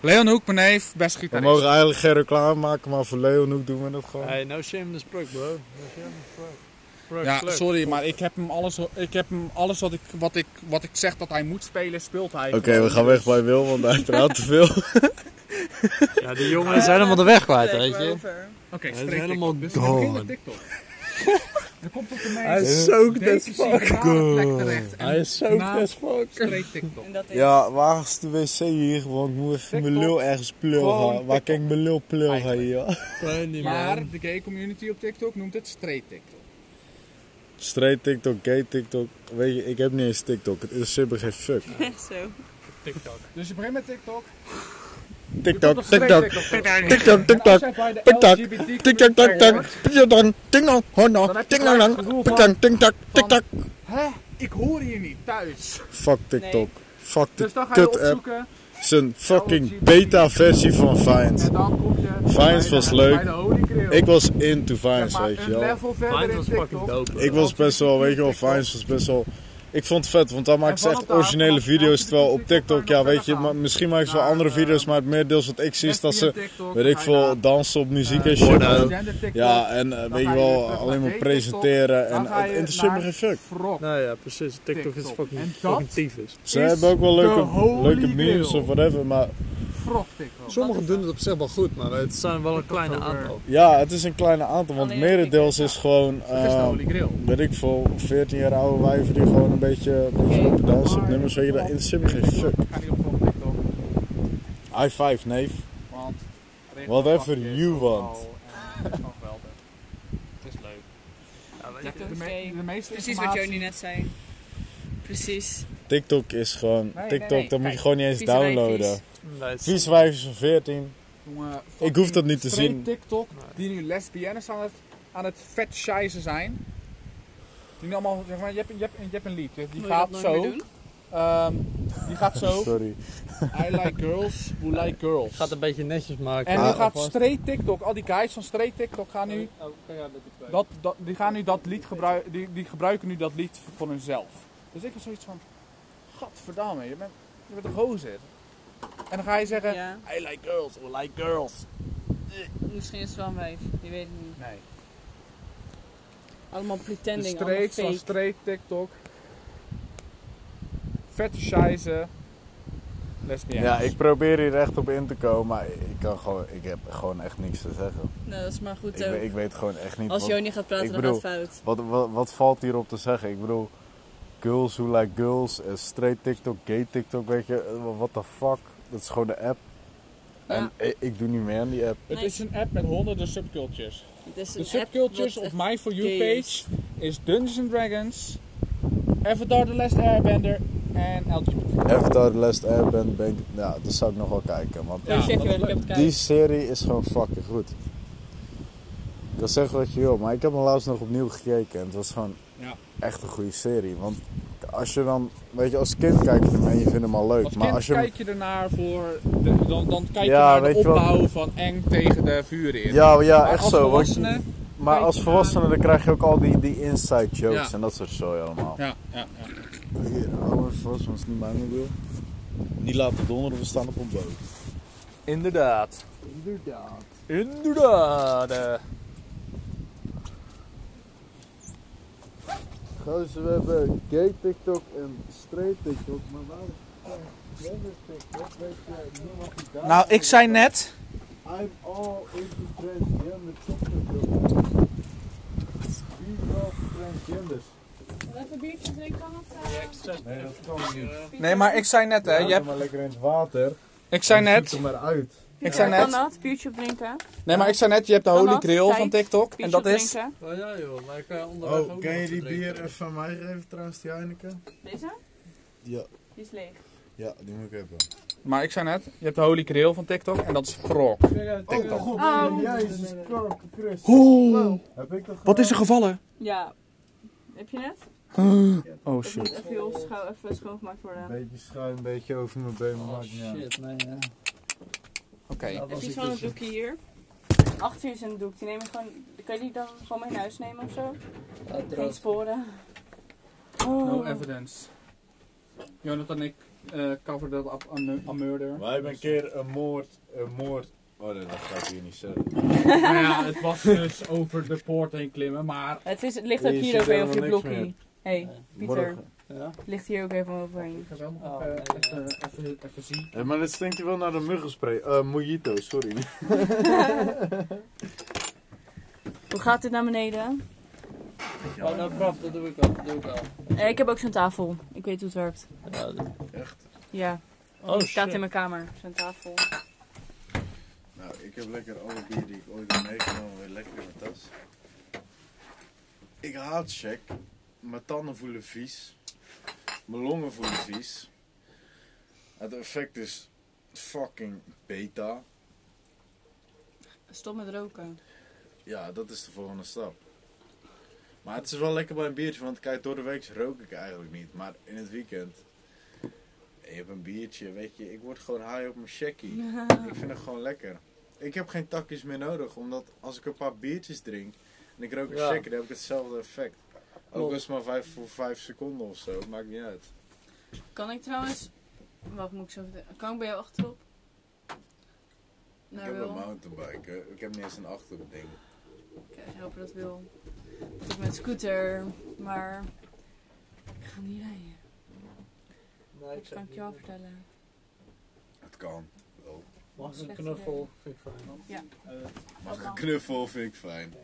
Leon Hoek, mijn neef, beste We gitarist. mogen eigenlijk geen reclame maken, maar voor Leon Hoek doen we dat gewoon. Hey, no shame in the spruk, bro. No shame in the spruk. Spruk, Ja, spruk. sorry, maar ik heb hem alles, ik heb hem alles wat, ik, wat, ik, wat ik zeg dat hij moet spelen, speelt hij. Oké, we gaan weg bij Wil, want hij praat te veel. Ja, die jongen zijn helemaal de weg kwijt, weet je. Oké, Hij is streek helemaal TikTok. Dus ik begin met gone. TikTok. Dan komt het Hij ineens is zo deze centrale plek terecht. En Hij is zo naam- as fuck. streek TikTok. En dat is... Ja, waar is de wc hier? Want ik moet even mijn TikTok. lul ergens plul Gewoon gaan. Waar kan ik mijn lul plul gaan hier? Klein die man. Maar de gay community op TikTok noemt het street TikTok. Straight TikTok, gay TikTok. Weet je, ik heb niet eens TikTok. Het is simpel geen fuck. Zo. TikTok. Dus je begint met TikTok. TikTok, TikTok, TikTok, TikTok. TikTok, TikTok, TikTok, TikTok, TikTok, tingle, Dan hono, heb je tingle, gelijk het lang, gevoel tiktak, tiktak, tiktak. Hè? Ik hoor hier niet thuis. Fuck TikTok. Fuck Dus dit dan ga je kut app. opzoeken is een fucking beta versie van Vines. en dan kom je. Vines bij eh, was de- leuk. bij de Holy Grail. Ik was into Zeg Vines, maar, weet je een wel. level verder in was TikTok. fucking dope. Ik was best wel, weet je wel, Vines was best wel... Ik vond het vet, want daar maakten ze vanaf echt daar- originele vanaf- video's. vanaf Terwijl op TikTok kan je Tiktok, ja, nog weet je, verder gaan. maar misschien maken ze wel Naar, andere eh, video's. Maar het meerdeels wat ik zie is dat ze, Lesbian TikTok, weet ik ga je veel, naar, dansen op muziek eh, en shit. porno. En- gender TikTok. Ja, en eh, Dan weet je ga je weer wel, terug alleen naar maar gay presenteren. TikTok. En Dan ga het je interesseert me geen naar fuck. Frog. Nou ja, precies. TikTok is TikTok. fucking, En dat- fucking tyfus. Ze is hebben ook wel de leuke, holy leuke memes grail. of whatever, maar Frog TikTok. Sommigen doen het op zich wel goed, maar het zijn wel een kleine aantal. ja, het is een kleine aantal. Oh, Want Alleen op merendeels TikTok, is gewoon, Dat is de eh, Holy Grail. weet ik veel, 14 jaar oude wijven die gewoon een beetje een beetje lopen dansen op nummers. Weet je, dat interesseert me geen fuck. Ik ga niet op Frog TikTok. High five, neef. Whatever you want. Het is gewoon geweldig. Het is leuk. Ja, weet Ja, je, de, me- de meeste Precies wat informatie- Joni net zei. Precies. TikTok is gewoon. Nee, nee, TikTok, nee, dat moet je kijk, gewoon niet eens vies wijfies. downloaden. Nee, het is- Vies wijfjes van 14. Jongen, Ik hoef dat niet te fucking zien. straight TikTok, Nee. die nu lesbiennes aan het, aan het vet zijn. Die nu allemaal, zeg maar, je hebt, een- je hebt, een- je hebt een liedje, die Moet je gaat dat nooit zo. meer doen? ehm, die gaat zo. Sorry. I like girls who like Ik girls. ga het een beetje netjes maken. en nu Ah, gaat straight TikTok, al die guys van straight TikTok gaan nu, Oh, dat, dat, die gaan nu dat lied gebruiken, die, die gebruiken nu dat lied voor hunzelf. Dus ik was zoiets van, gadverdamme, je bent, je bent een gozer. En dan ga je zeggen, Ja. I like girls who like girls. Misschien is het wel een wijf. Je weet het niet. Nee. Allemaal De pretending, allemaal streek van fake. streek TikTok. Fetishizen. Lesbian. Ja, ik probeer hier echt op in te komen, maar ik, kan gewoon, ik heb gewoon echt niks te zeggen. Nou, dat is maar goed Ik, ook. weet- ik weet gewoon echt niet. Als wat, Joni gaat praten, ik dan bedoel- gaat het fout. wat, wat, wat valt hierop te zeggen? Ik bedoel, girls who like girls, eh, straight TikTok, gay TikTok, weet je, eh, what the fuck? Dat is gewoon de app. En ik, ik doe niet meer aan die app. Het Nee. is een app met honderden subcultures. Het is De een app subcultures wat op echt mijn For You gay page is. is Dungeons and Dragons, Avatar The Last Airbender en LGBT. Avatar, The Last Airbender, ben ik, nou, dat zou ik nog wel kijken. Want Ja, Ja, zeg dat Oh, je is wel, ik heb het Die kijken. serie is gewoon fucking goed. Ik kan zeggen wat je wil, maar ik heb hem laatst nog opnieuw gekeken. En het was gewoon Ja. echt een goede serie. Want als je dan, weet je, als kind kijkt je hem en je vindt hem al leuk. Als maar kind als je hem- kijk je ernaar voor, de- dan, dan kijk je Ja, naar de weet je wat- opbouw van eng tegen de vuren in. Ja, ja Maar echt als zo. want- volwassene maar kijk als je volwassene dan krijg je ook al die, die inside jokes Ja. en dat soort zooi allemaal. Ja, ja, ja. Hier, oude volwassenen is niet mijn mobiel. Niet laten donderen, we staan op een boot. Inderdaad. Inderdaad. Inderdaad. eh. Gozer, we hebben gay TikTok en straight TikTok, maar waarom... TikTok, weet je, Nou, ik zei net, I'm all into transgender chocolate milk. We love transgenders. Even biertje drinken dan? Nee, dat kan niet. nee, maar ik zei net, hè, je hebt, maar lekker in het water. ik zei Ziet net, er maar uit. ik zei Kan net, dat? Biertje opdrinken? Nee, maar ik zei net, je hebt de holy Allemaal grail van tijd. TikTok. En Biertje dat is... opdrinken? Oh ja joh, maar ik kan onderweg Oh, ook kan nog je te die drinken. bier even aan mij geven trouwens, die Heineken? Deze? Ja. Die is leeg. Ja, die moet ik hebben. Maar ik zei net, je hebt de holy grail van TikTok en dat is frog. Oh, god, Oh. jezus, kanker, Christus. Heb ik dat Wat is er gevallen? Ja. Heb je net? Oh Dat moet even heel schou- even schoongemaakt worden. Beetje schuin, een beetje over mijn been, maar Oh maakt niet uit. shit, nee ja. Oké. Dat Heb was je ik zo'n dus. doekje hier? Achter je is een doekje. Neem je gewoon, kan je die dan gewoon mee naar huis nemen of zo? Geen sporen. Oh. Nou, No evidence. Jonathan en ik eh cover dat up on, on murder. Wij hebben een keer een moord, een moord... Oh nee, dat ga ik hier niet zeggen. Nou ja, het was dus over de poort heen klimmen, maar... Het, is, het ligt ook Je hier ziet ook weer over je helemaal niks blokje. Hé, hey, Pieter. Morgen. Ja? Het ligt hier ook even overheen. Ik ga wel nog Oh, even, nee, even, even, even zien. Eh, maar dit stinkt je wel naar de muggenspray. Eh, mojito, sorry. Hoe gaat dit naar beneden? Oh nou krap, dat doe ik al, dat doe ik al. Eh, ik heb ook zo'n tafel. Ik weet hoe het werkt. Ja, dat- Ja, Oh het staat in shit. mijn kamer. Zo'n tafel. Nou, ik heb lekker alle bier die ik ooit heb meegenomen weer lekker in mijn tas. Ik haat check. Mijn tanden voelen vies. Mijn longen voelen vies. Het effect is fucking beta. Stop met roken. Ja, dat is de volgende stap. Maar het is wel lekker bij een biertje, want kijk, door de week rook ik eigenlijk niet. Maar in het weekend, je hebt een biertje, weet je, ik word gewoon high op mijn shackie. Ik vind het gewoon lekker. Ik heb geen takjes meer nodig, omdat als ik een paar biertjes drink en ik rook een Ja. shackie, dan heb ik hetzelfde effect. Ook Klopt. al is het maar vijf voor 5 seconden of zo, maakt niet uit. Kan ik trouwens... Wat moet ik zo vertellen? Kan ik bij jou achterop? ik Naar heb een Wil? mountainbike, hè. ik heb niet eens een achterding. Ik hoop dat Wil. Dat ik met scooter. Maar... Ik ga niet rijden. Dat kan ik je wel vertellen. Het kan. wel. Mag ik een knuffel? Vind ik fijn. Maar een knuffel vind ik fijn.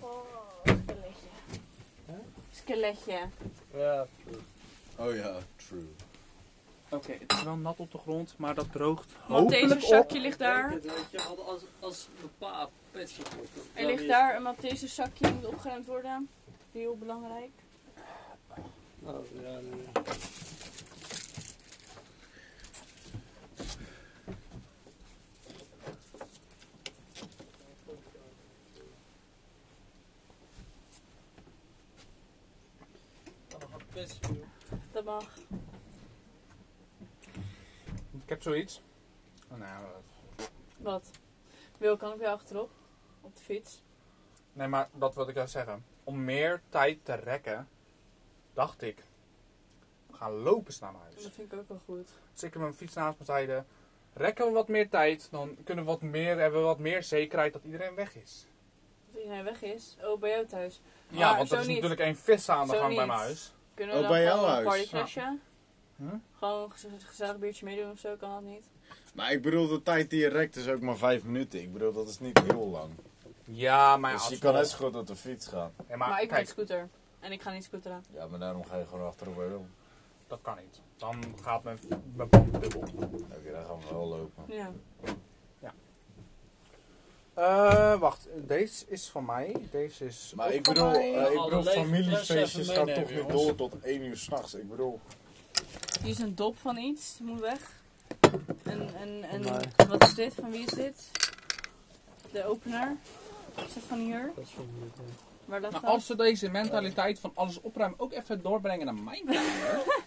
Oh, skeletje. Skeletje. Ja. Oh ja, true. Oké, het is wel nat op de grond, maar dat droogt Want deze hopelijk op. zakje ligt daar. Weet je, hadden als, als mijn pa pet shop wordt, dan Hij ligt daar en want deze zakje moet opgeruimd worden. Heel belangrijk. Oh, ja, nee. Oh, Pet shop. Dat mag. Ik heb zoiets. Nou, Wat? Wil, kan ik weer achterop? Op de fiets? nee, maar dat wilde ik juist zeggen. Om meer tijd te rekken, dacht ik, we gaan lopen eens naar mijn huis. Dat vind ik ook wel goed. Dus ik heb mijn fiets naast me zijde. Rekken we wat meer tijd, dan kunnen we wat meer, hebben we wat meer zekerheid dat iedereen weg is. Dat iedereen weg is. Oh, bij jou thuis. Ja, Maar want er Ah, zo is niet. natuurlijk één vis aan de Zo gang bij niet. mijn huis. Kunnen we Oh, dan bij gewoon jouw een huis? partycrashen? Hm? Gewoon een gez- gezellig biertje meedoen of zo, kan dat niet? Maar ik bedoel, de tijd die je rekt is ook maar 5 minuten. Ik bedoel, dat is niet heel lang. Ja, maar Dus als je kan net zo goed op de fiets gaan. Ja, maar, Maar, ik kijk, heb scooter. En ik ga niet scooteren. Ja, maar daarom ga je gewoon achterop weer om. dat kan niet. Dan gaat mijn, mijn band dubbel. Oké, dan gaan we wel lopen. Ja. Eh, wacht, deze is van mij. Deze is. Maar ik van bedoel, mij. eh, ik Alle bedoel lege flessen familiefeestjes even gaan toch meenemen, niet door jongens. tot 1 uur s'nachts. Ik bedoel, Hier is een dop van iets, moet weg. En, en, en Van wat is dit? Van wie is dit? De opener. Is dat van hier? Dat is wel niet, hè. Waar lag Nou, dat? als ze deze mentaliteit van alles opruimen ook even doorbrengen naar mijn kamer.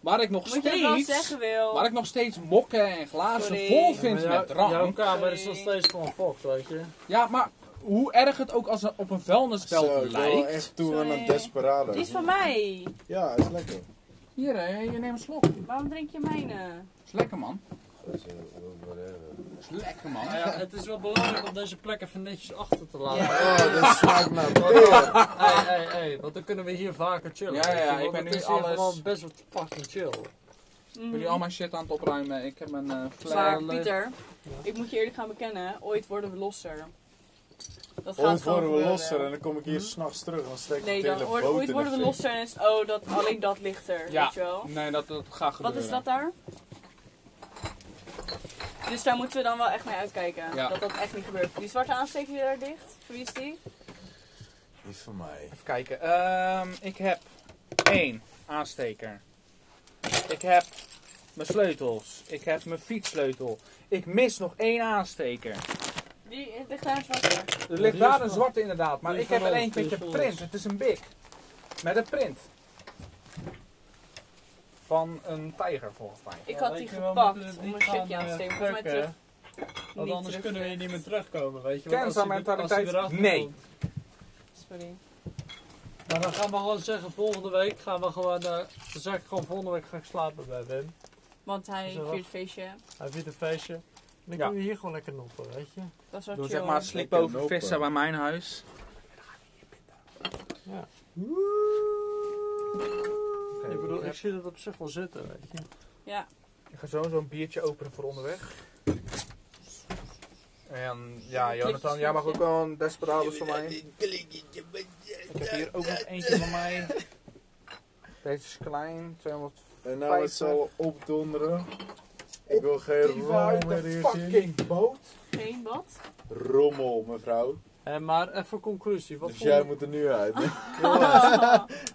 waar ik nog Moet je dat wel steeds. zeggen, Wil? Waar ik nog steeds mokken en glazen Sorry. vol Ja, vind maar met jou- Jouw drank. kamer is nog Sorry. steeds gewoon vocht, weet je. Ja, maar hoe erg het ook als het op een vuilnisbelt zo, ik ben wel lijkt. echt toe aan Sorry. een desperado. Die is van mij. Ja, is lekker. Oh, Hier, hè, je neemt een slok. Waarom drink je mijne? Is lekker man. Dus, eh, whatever. Is lekker man. Nou ja, het is wel belangrijk om deze plek even netjes achter te laten. Oh, dat smaakt nou Hé, hé, hé, want dan kunnen we hier vaker chillen. Ja, ja, weet je, ja, want ik ben het nu is hier alles- gewoon best wel fucking chill. Ik ben nu al mijn shit aan het opruimen. Ik heb mijn eh flare Maar leeg. Pieter, ik moet je eerlijk gaan bekennen, ooit worden we losser. Dat gaat Ooit gewoon worden we gebeuren. Hm? losser en dan kom ik hier s'nachts terug en dan steek ik Nee, de dan hele ooit, boot ooit in de worden we fik. losser en is oh, dat, alleen dat ligt er, Ja. weet je wel. Nee, dat, dat gaat Wat gebeuren. is dat daar? Dus daar moeten we dan wel echt mee uitkijken. Ja. Dat dat echt niet gebeurt. Die zwarte aansteker die daar dicht, voor wie is die? Die is van mij. Even kijken. Ehm, ik heb één aansteker. Ik heb mijn sleutels. Ik heb mijn fietssleutel. Ik mis nog één aansteker. Die eh, ligt daar een zwarte. Er ligt Die is daar een van- zwarte inderdaad, maar die ik is heb van er ons, eentje met die is een van print. ons. Het is een big. Met een print. Van een tijger volgens mij. Ik Ja, had weet die je wel, gepakt moeten we het om niet een checkie gaan, aan te eh, steken. Volgens mij fucken, terug. Want niet anders terug. kunnen we hier niet meer terugkomen, weet je. Ken want als zo'n hij- mentaliteit? als hij erachter Nee. komt. Sorry. Maar dan gaan we gewoon zeggen, volgende week gaan we gewoon... eh, dan zeg ik gewoon, volgende week ga ik slapen bij Wim. Want hij Zo. viert het feestje. Hij vindt een feestje. Ja. Dan kunnen we hier gewoon lekker noppen, weet je. Dat is wel Doe chill. zeg maar Lekker slipboven lopen. vissen bij mijn huis. Ja. Oké, Ik bedoel, ik heb- zie dat op zich wel zitten, weet je. Ja. ik ga zo zo'n biertje openen voor onderweg. En ja, Jonathan, jij mag ook wel een desperados van mij. Ik heb hier ook nog eentje van mij. Deze is klein, 200. En nou het zal opdonderen. Ik wil geen rommel meer hier zien. boot. Geen wat? Rommel, mevrouw. Hé, Eh, maar even conclusie. Wat, Dus jij vonden, moet er nu uit. Jongens.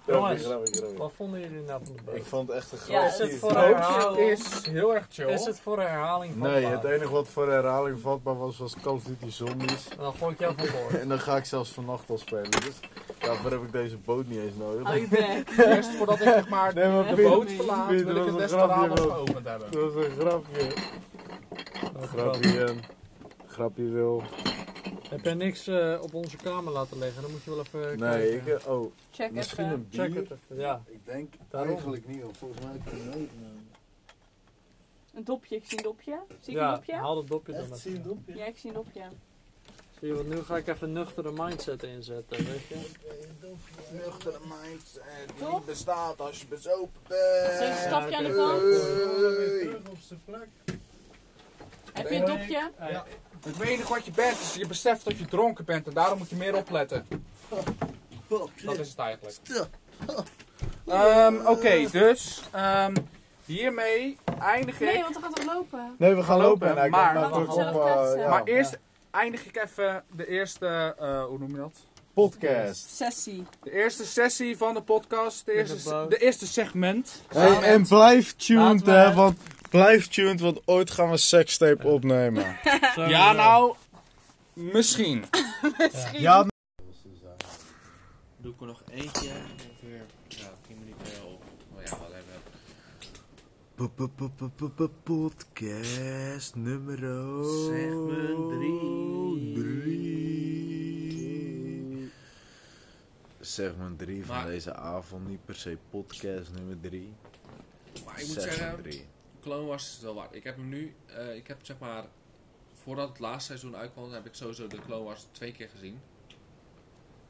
Grapje, grapje, grapje. wat vonden jullie nou van de Ik boot? vond het echt een Ja, grap. is het Die- voor De haar- boot is heel erg chill. Is het voor een herhaling van Nee, het e- enige wat voor herhaling vatbaar was, was Call of Duty Zombies. Dan gooi ik jou van boord. En dan ga ik zelfs vannacht al spelen. Dus daarvoor heb ik deze boot niet eens Hou nodig. Oh, je bek. Eerst voordat ik zeg maar Nee, maar de Piet, boot Piet, verlaat, Piet, wil dat ik het was een grapje, desperados man. geopend hebben. Dat was een grapje. Grapje. Grapje, Jen. Grapje wil. Heb jij niks eh, op onze kamer laten liggen? Dan moet je wel even eh, Nee, kijken. ik... Oh, Check misschien even. een Check het bier? even, ja. Ik denk Daarom. eigenlijk niet, want volgens mij heb ik het nooit eh, genomen. Een dopje. Ik zie een dopje. Zie ik ja, een dopje? haal dat dopje dan even. je dopje? Ja, ik zie een dopje. Zie je, want nu ga ik even een nuchtere mindset inzetten, weet je. Nuchtere mindset die Toch? bestaat als je bezopen Zo'n bent. stapje aan de oké. kant. op zijn plek. Heb je een dopje? Ja. Het enige wat je bent is je beseft dat je dronken bent en daarom moet je meer opletten. Dat is het eigenlijk. Ehm, Oké, dus ehm, Hiermee eindig ik. Nee, want we gaan toch lopen? Nee, we gaan lopen. lopen, en hij maar- kijkt Maar we terug gaan op, zelf eh, kletsen. ja. maar eerst eindig ik even de eerste, eh, hoe noem je dat? Podcast. Sessie. De eerste sessie van de podcast, de eerste, boot. de eerste segment. Hey, en blijf tuned, Laten we- hè, want blijf tuned, want ooit gaan we sekstape opnemen. Ja, nou, misschien. Ja, Doe ik er nog eentje en dan ben ik weer ja, 10 minuten eh, op. Maar ja, wat hebben we? Podcast nummer Segment 3. Segment 3 van Maar- deze avond, niet per se podcast nummer 3. Maar Oh, ik moet Segment zeggen, 3. Clone Wars is het wel waard. Ik heb hem nu, eh, ik heb zeg maar, voordat het laatste seizoen uitkwam, heb ik sowieso de Clone Wars twee keer gezien.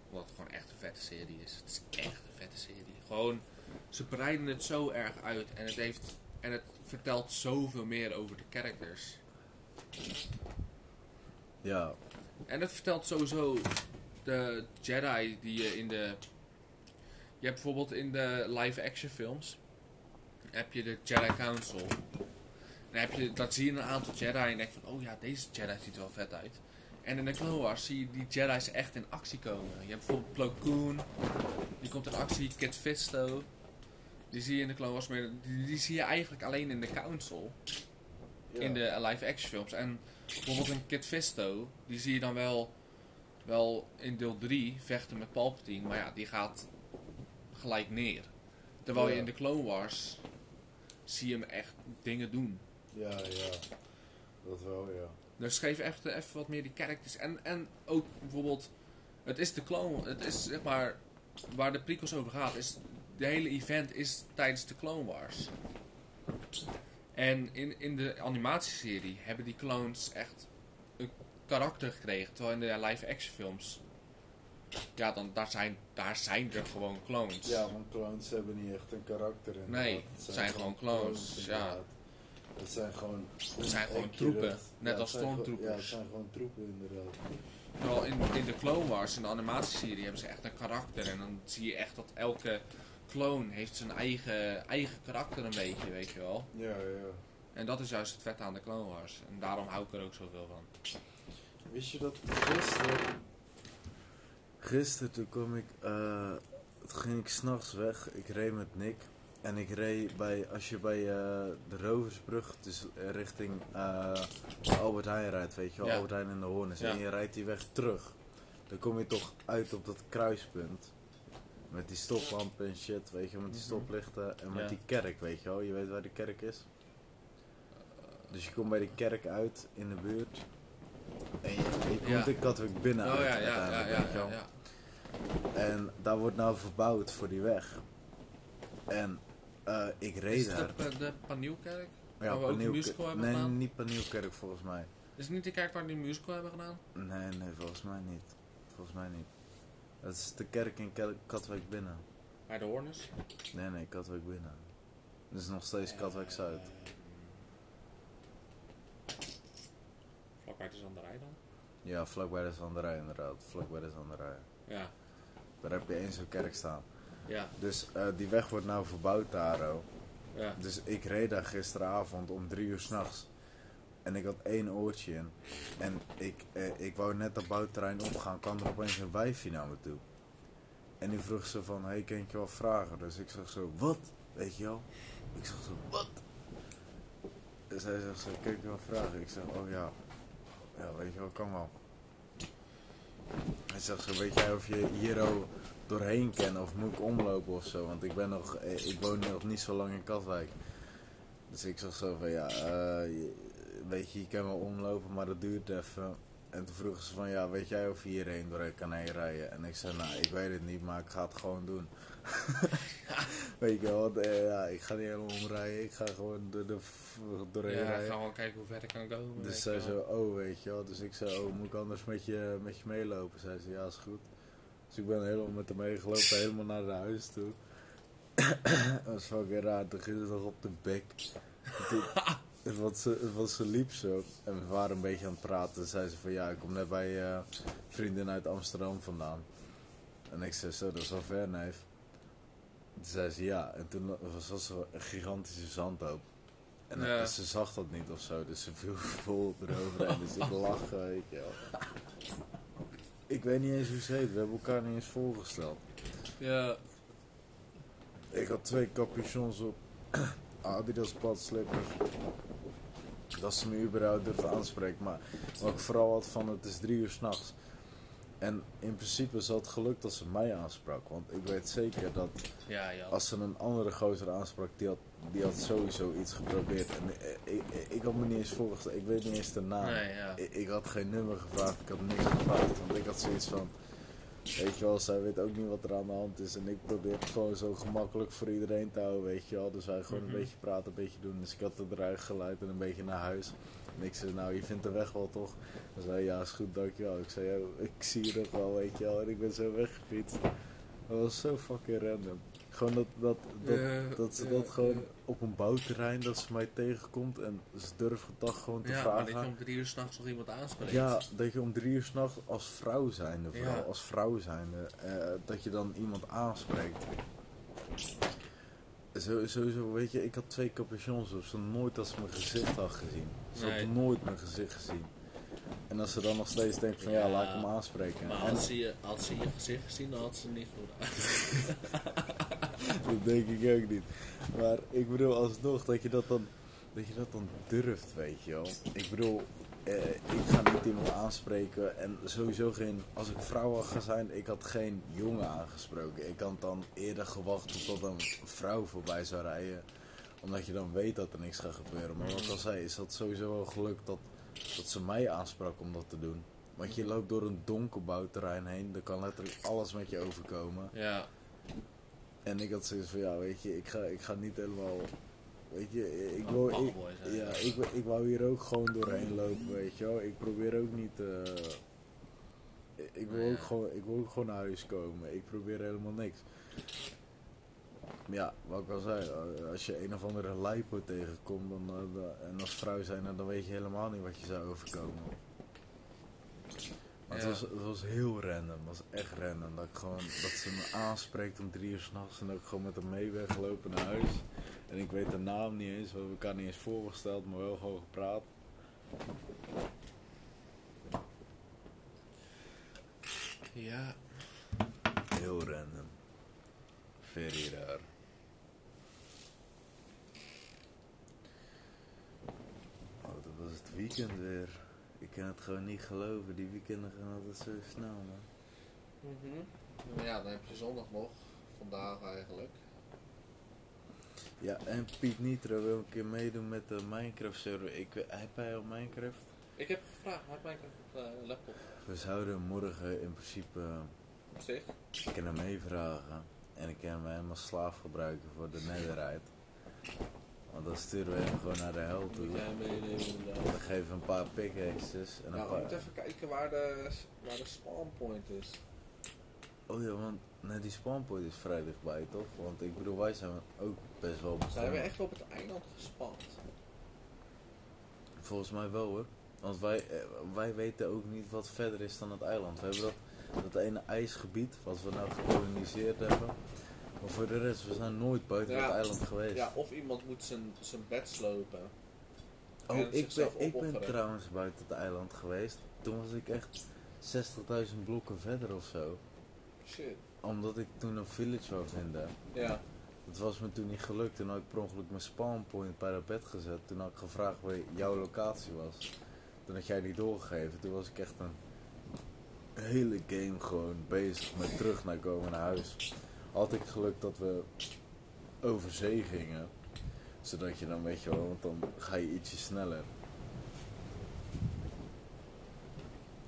Omdat het gewoon echt een vette serie is. Het is echt een vette serie. Gewoon, ze breiden het zo erg uit en het heeft, en het vertelt zoveel meer over de characters. Ja, En het vertelt sowieso de Jedi die je in de. Je hebt bijvoorbeeld in de live-action films. Heb je de Jedi Council. Dan, heb je, dan zie je een aantal Jedi en denk van: oh ja, deze Jedi ziet er wel vet uit. En in de Clone Wars zie je die Jedi's echt in actie komen. Je hebt bijvoorbeeld Plo Koon, die komt in actie, Kit Fisto. Die zie je in de Clone Wars, maar die, die zie je eigenlijk alleen in de Council. In de live-action films. En bijvoorbeeld een Kit Fisto, die zie je dan wel, wel in deel 3 vechten met Palpatine, maar ja, die gaat gelijk neer. Terwijl je Ja. in de Clone Wars zie je hem echt dingen doen. ja, ja. Dat wel, ja. Dus geef echt even wat meer die characters. En, en ook bijvoorbeeld, het is de Clone het is zeg maar, waar de prikkels over gaat, is, de hele event is tijdens de Clone Wars. En in, in de animatieserie hebben die clones echt een karakter gekregen, terwijl in de live-action films, ja, dan, daar, zijn, daar zijn er gewoon clones. Ja, want clones hebben niet echt een karakter. in. Nee, het zijn gewoon clones, ja. Het zijn gewoon... Het zijn gewoon accurate- troepen, ja, net het als zijn gewoon- Ja, het stormtroopers. zijn gewoon troepen inderdaad. Terwijl in, in de Clone Wars, in de animatieserie, hebben ze echt een karakter. En dan zie je echt dat elke clone heeft zijn eigen, eigen karakter een beetje, weet je wel. Ja, ja. En dat is juist het vet aan de Clone Wars. En daarom hou ik er ook zoveel van. Wist je dat gisteren... Gisteren toen kwam ik... eh, toen ging ik s'nachts weg. Ik reed met Nick. En ik reed bij... Als je bij eh, de Roversbrug, dus eh, richting eh, Albert Heijn rijdt, weet je wel. Ja. Albert Heijn en de Hoornes. Ja. En je rijdt die weg terug. Dan kom je toch uit op dat kruispunt. Met die stoplampen en shit, weet je, met die stoplichten en met Mhm. Ja. die kerk, weet je wel. Je weet waar de kerk is. Dus je komt bij de kerk uit in de buurt. En je, je komt Ja. de Katwijk binnen oh uit ja, ja, ja, Nou, uiteindelijk, ja, weet je ja, wel. ja. En daar wordt nou verbouwd voor die weg. En eh, ik Is reed daar. het de, de Panielkerk? Ja, waar we ook een Panielke- musical hebben Nee, gedaan? niet Panielkerk volgens mij. Is het niet de kerk waar die musical hebben gedaan? Nee, nee, volgens mij niet. Volgens mij niet. Dat is de kerk in Kel- Katwijk binnen. Bij de Horners? Nee, nee, Katwijk binnen. Dat is nog steeds Katwijk Zuid. Vlakbij de Zanderij dan? Ja, vlakbij de Zanderij inderdaad. Vlakbij de Zanderij. Ja, Daar heb je eens zo'n kerk staan. ja, Dus eh, die weg wordt nou verbouwd daar ook. ja. Dus ik reed daar gisteravond om drie uur s'nachts. En ik had één oortje in. En ik, eh, ik wou net dat bouwterrein opgaan, kwam er opeens een wijfje naar me toe. En die vroeg ze van, hey, kan ik je wel vragen? Dus ik zag zo, wat? Weet je wel? Ik zag zo, wat? En zij zegt zo, kan ik je wel vragen? Ik zeg, oh ja. Ja, weet je wel, kan wel. Hij zegt zo, weet jij of je hier al doorheen kan of moet ik omlopen of zo? Want ik ben nog, eh, ik woon nog niet zo lang in Katwijk. Dus ik zag zo van, ja, eh, je- weet je, je kan wel omlopen, maar dat duurt even. En toen vroegen ze van, ja, weet jij of je hierheen doorheen kan heen rijden? En ik zei, nou, ik weet het niet, maar ik ga het gewoon doen. weet je wel, want, eh, ja, ik ga niet helemaal omrijden, ik ga gewoon door de, doorheen Ja, rijden. gaan we wel kijken hoe ver ik kan komen. weet Dus je zij wel. zo, oh weet je wel. Dus ik zei, oh moet ik anders met je, met je meelopen? Zij zei, ja is goed. Dus ik ben helemaal met haar meegelopen, helemaal naar haar huis toe. dat was fucking raar, toen ging ze nog op de bek. Toen- Want ze, want ze liep zo en we waren een beetje aan het praten. Toen zei ze van ja, ik kom net bij eh, vrienden uit Amsterdam vandaan. En ik zei zo, dat is wel ver, neef. Toen zei ze ja. En toen was was er een gigantische zandhoop. En Ja. dus ze zag dat niet of zo. Dus ze viel vol erover. En dus ik lachen, weet je wel. Ik weet niet eens hoe ze heet. We hebben elkaar niet eens voorgesteld. Ja. Ik had twee capuchons op. Adidas padslippers. Dat ze me überhaupt durfde aanspreken. Maar wat ik vooral had van het is drie uur s'nachts. En in principe is het gelukt dat ze mij aansprak. Want ik weet zeker dat Ja, ja. als ze een andere gozer aansprak, die had, die had sowieso iets geprobeerd. En eh, ik, ik, ik had me niet eens voorgesteld. Ik weet niet eens de naam. Nee, ja. Ah. Ik, ik had geen nummer gevraagd, ik had niks gevraagd. Want ik had zoiets van. Weet je wel, zij weet ook niet wat er aan de hand is. En ik probeer het gewoon zo gemakkelijk voor iedereen te houden, weet je wel. Dus wij gewoon Mhm. een beetje praten, een beetje doen. Dus ik had het eruit geleid en een beetje naar huis. En ik zei, nou, je vindt de weg wel toch? Ze zei, ja, is goed, dankjewel. Ik zei, "Yo, ik zie je nog wel, weet je wel. En ik ben zo weggefietst. Dat was zo fucking random. Gewoon dat, dat, dat, Eh, Ja, dat ze ja, dat gewoon ja. op een bouwterrein, dat ze mij tegenkomt. En ze durft het dag gewoon te Ja, maar vragen. dat je om drie uur s'nachts nog iemand aanspreekt. Ja, dat je om drie uur s'nachts als vrouw zijnde, vooral Ja. als vrouw zijnde, eh, dat je dan iemand aanspreekt. Zo, sowieso, weet je, ik had twee capuchons op, ze had nooit dat ze mijn gezicht had gezien. Ze Nee. had nooit mijn gezicht gezien. En als ze dan nog steeds denkt van ja, Ja. laat ik hem aanspreken. Maar en had ze, je, had ze je gezicht gezien, dan had ze niet goed dat denk ik ook niet. Maar ik bedoel alsnog dat je dat dan, dat je dat dan durft, weet je wel. Ik bedoel, eh, ik ga niet iemand aanspreken en sowieso geen, als ik vrouw had gaan zijn, ik had geen jongen aangesproken. Ik had dan eerder gewacht tot een vrouw voorbij zou rijden, omdat je dan weet dat er niks gaat gebeuren. Maar wat ik al zei, is dat sowieso wel gelukt dat, dat ze mij aansprak om dat te doen. Want je loopt door een donker bouwterrein heen, er kan letterlijk alles met je overkomen. Ja, En ik had zoiets van, ja, weet je, ik ga, ik ga niet helemaal... Weet je, ik Oh, wou, ik, bagboy zijn. ja, ik, wou- ik wou hier ook gewoon doorheen lopen, weet je wel. Ik probeer ook niet... eh, ik- ik, wil Ja. ook gewoon, ik wil ook gewoon naar huis komen. Ik probeer helemaal niks. Maar ja, wat ik al zei, eh, als je een of andere lijpo tegenkomt dan, eh, dan- en als vrouw zijn, dan weet je helemaal niet wat je zou overkomen. Maar Ja. het, was, het was heel random, het was echt random. Dat, ik gewoon, dat ze me aanspreekt om drie uur s'nachts en dat ik gewoon met hem mee weglopen naar huis. En ik weet de naam niet eens, we hebben elkaar niet eens voorgesteld, maar wel gewoon gepraat. ja. Heel random. Very raar. Oh, dat was het weekend weer. Ik kan het gewoon niet geloven, die weekenden gaan altijd zo snel, man. Nou ja, dan heb je zondag nog. Vandaag eigenlijk. Ja, en Piet Nitro wil een keer meedoen met de Minecraft server. Ik, we- heb hij al Minecraft? Ik heb gevraagd, maak mijn eh, laptop We zouden morgen in principe eh, op zich. ik kan hem meevragen. En ik kan hem helemaal slaaf gebruiken voor de netherite. Want dan sturen we hem gewoon naar de hel toe. Moet jij meenemen inderdaad. Dan geven we een paar pickaxes en een Nou, we paar... moeten even kijken waar de, waar de spawn point is. Oh ja, want nee, die spawnpoint is vrij dichtbij, toch? Want ik bedoel, wij zijn ook best wel Zijn we begonnen. echt op het eiland gespand? Volgens mij wel, hoor. Want wij, eh, wij weten ook niet wat verder is dan het eiland. We hebben dat, dat ene ijsgebied, wat we nou gekoloniseerd hebben. Maar voor de rest, we zijn nooit buiten Ja. het eiland geweest. Ja, of iemand moet zijn, zijn bed slopen. Oh, En ik ben, zichzelf ik ben opofferen. trouwens buiten het eiland geweest. Toen was ik echt 60.000 blokken verder of zo. Shit. Omdat ik toen een village wou vinden. Ja. Het was me toen niet gelukt. Toen had ik per ongeluk mijn spawnpoint bij dat bed gezet. Toen had ik gevraagd waar jouw locatie was. Toen had jij die doorgegeven. Toen was ik echt een hele game gewoon bezig met terug naar komen naar huis. Had ik geluk dat we over zee gingen. Zodat je dan weet je wel, want dan ga je ietsje sneller.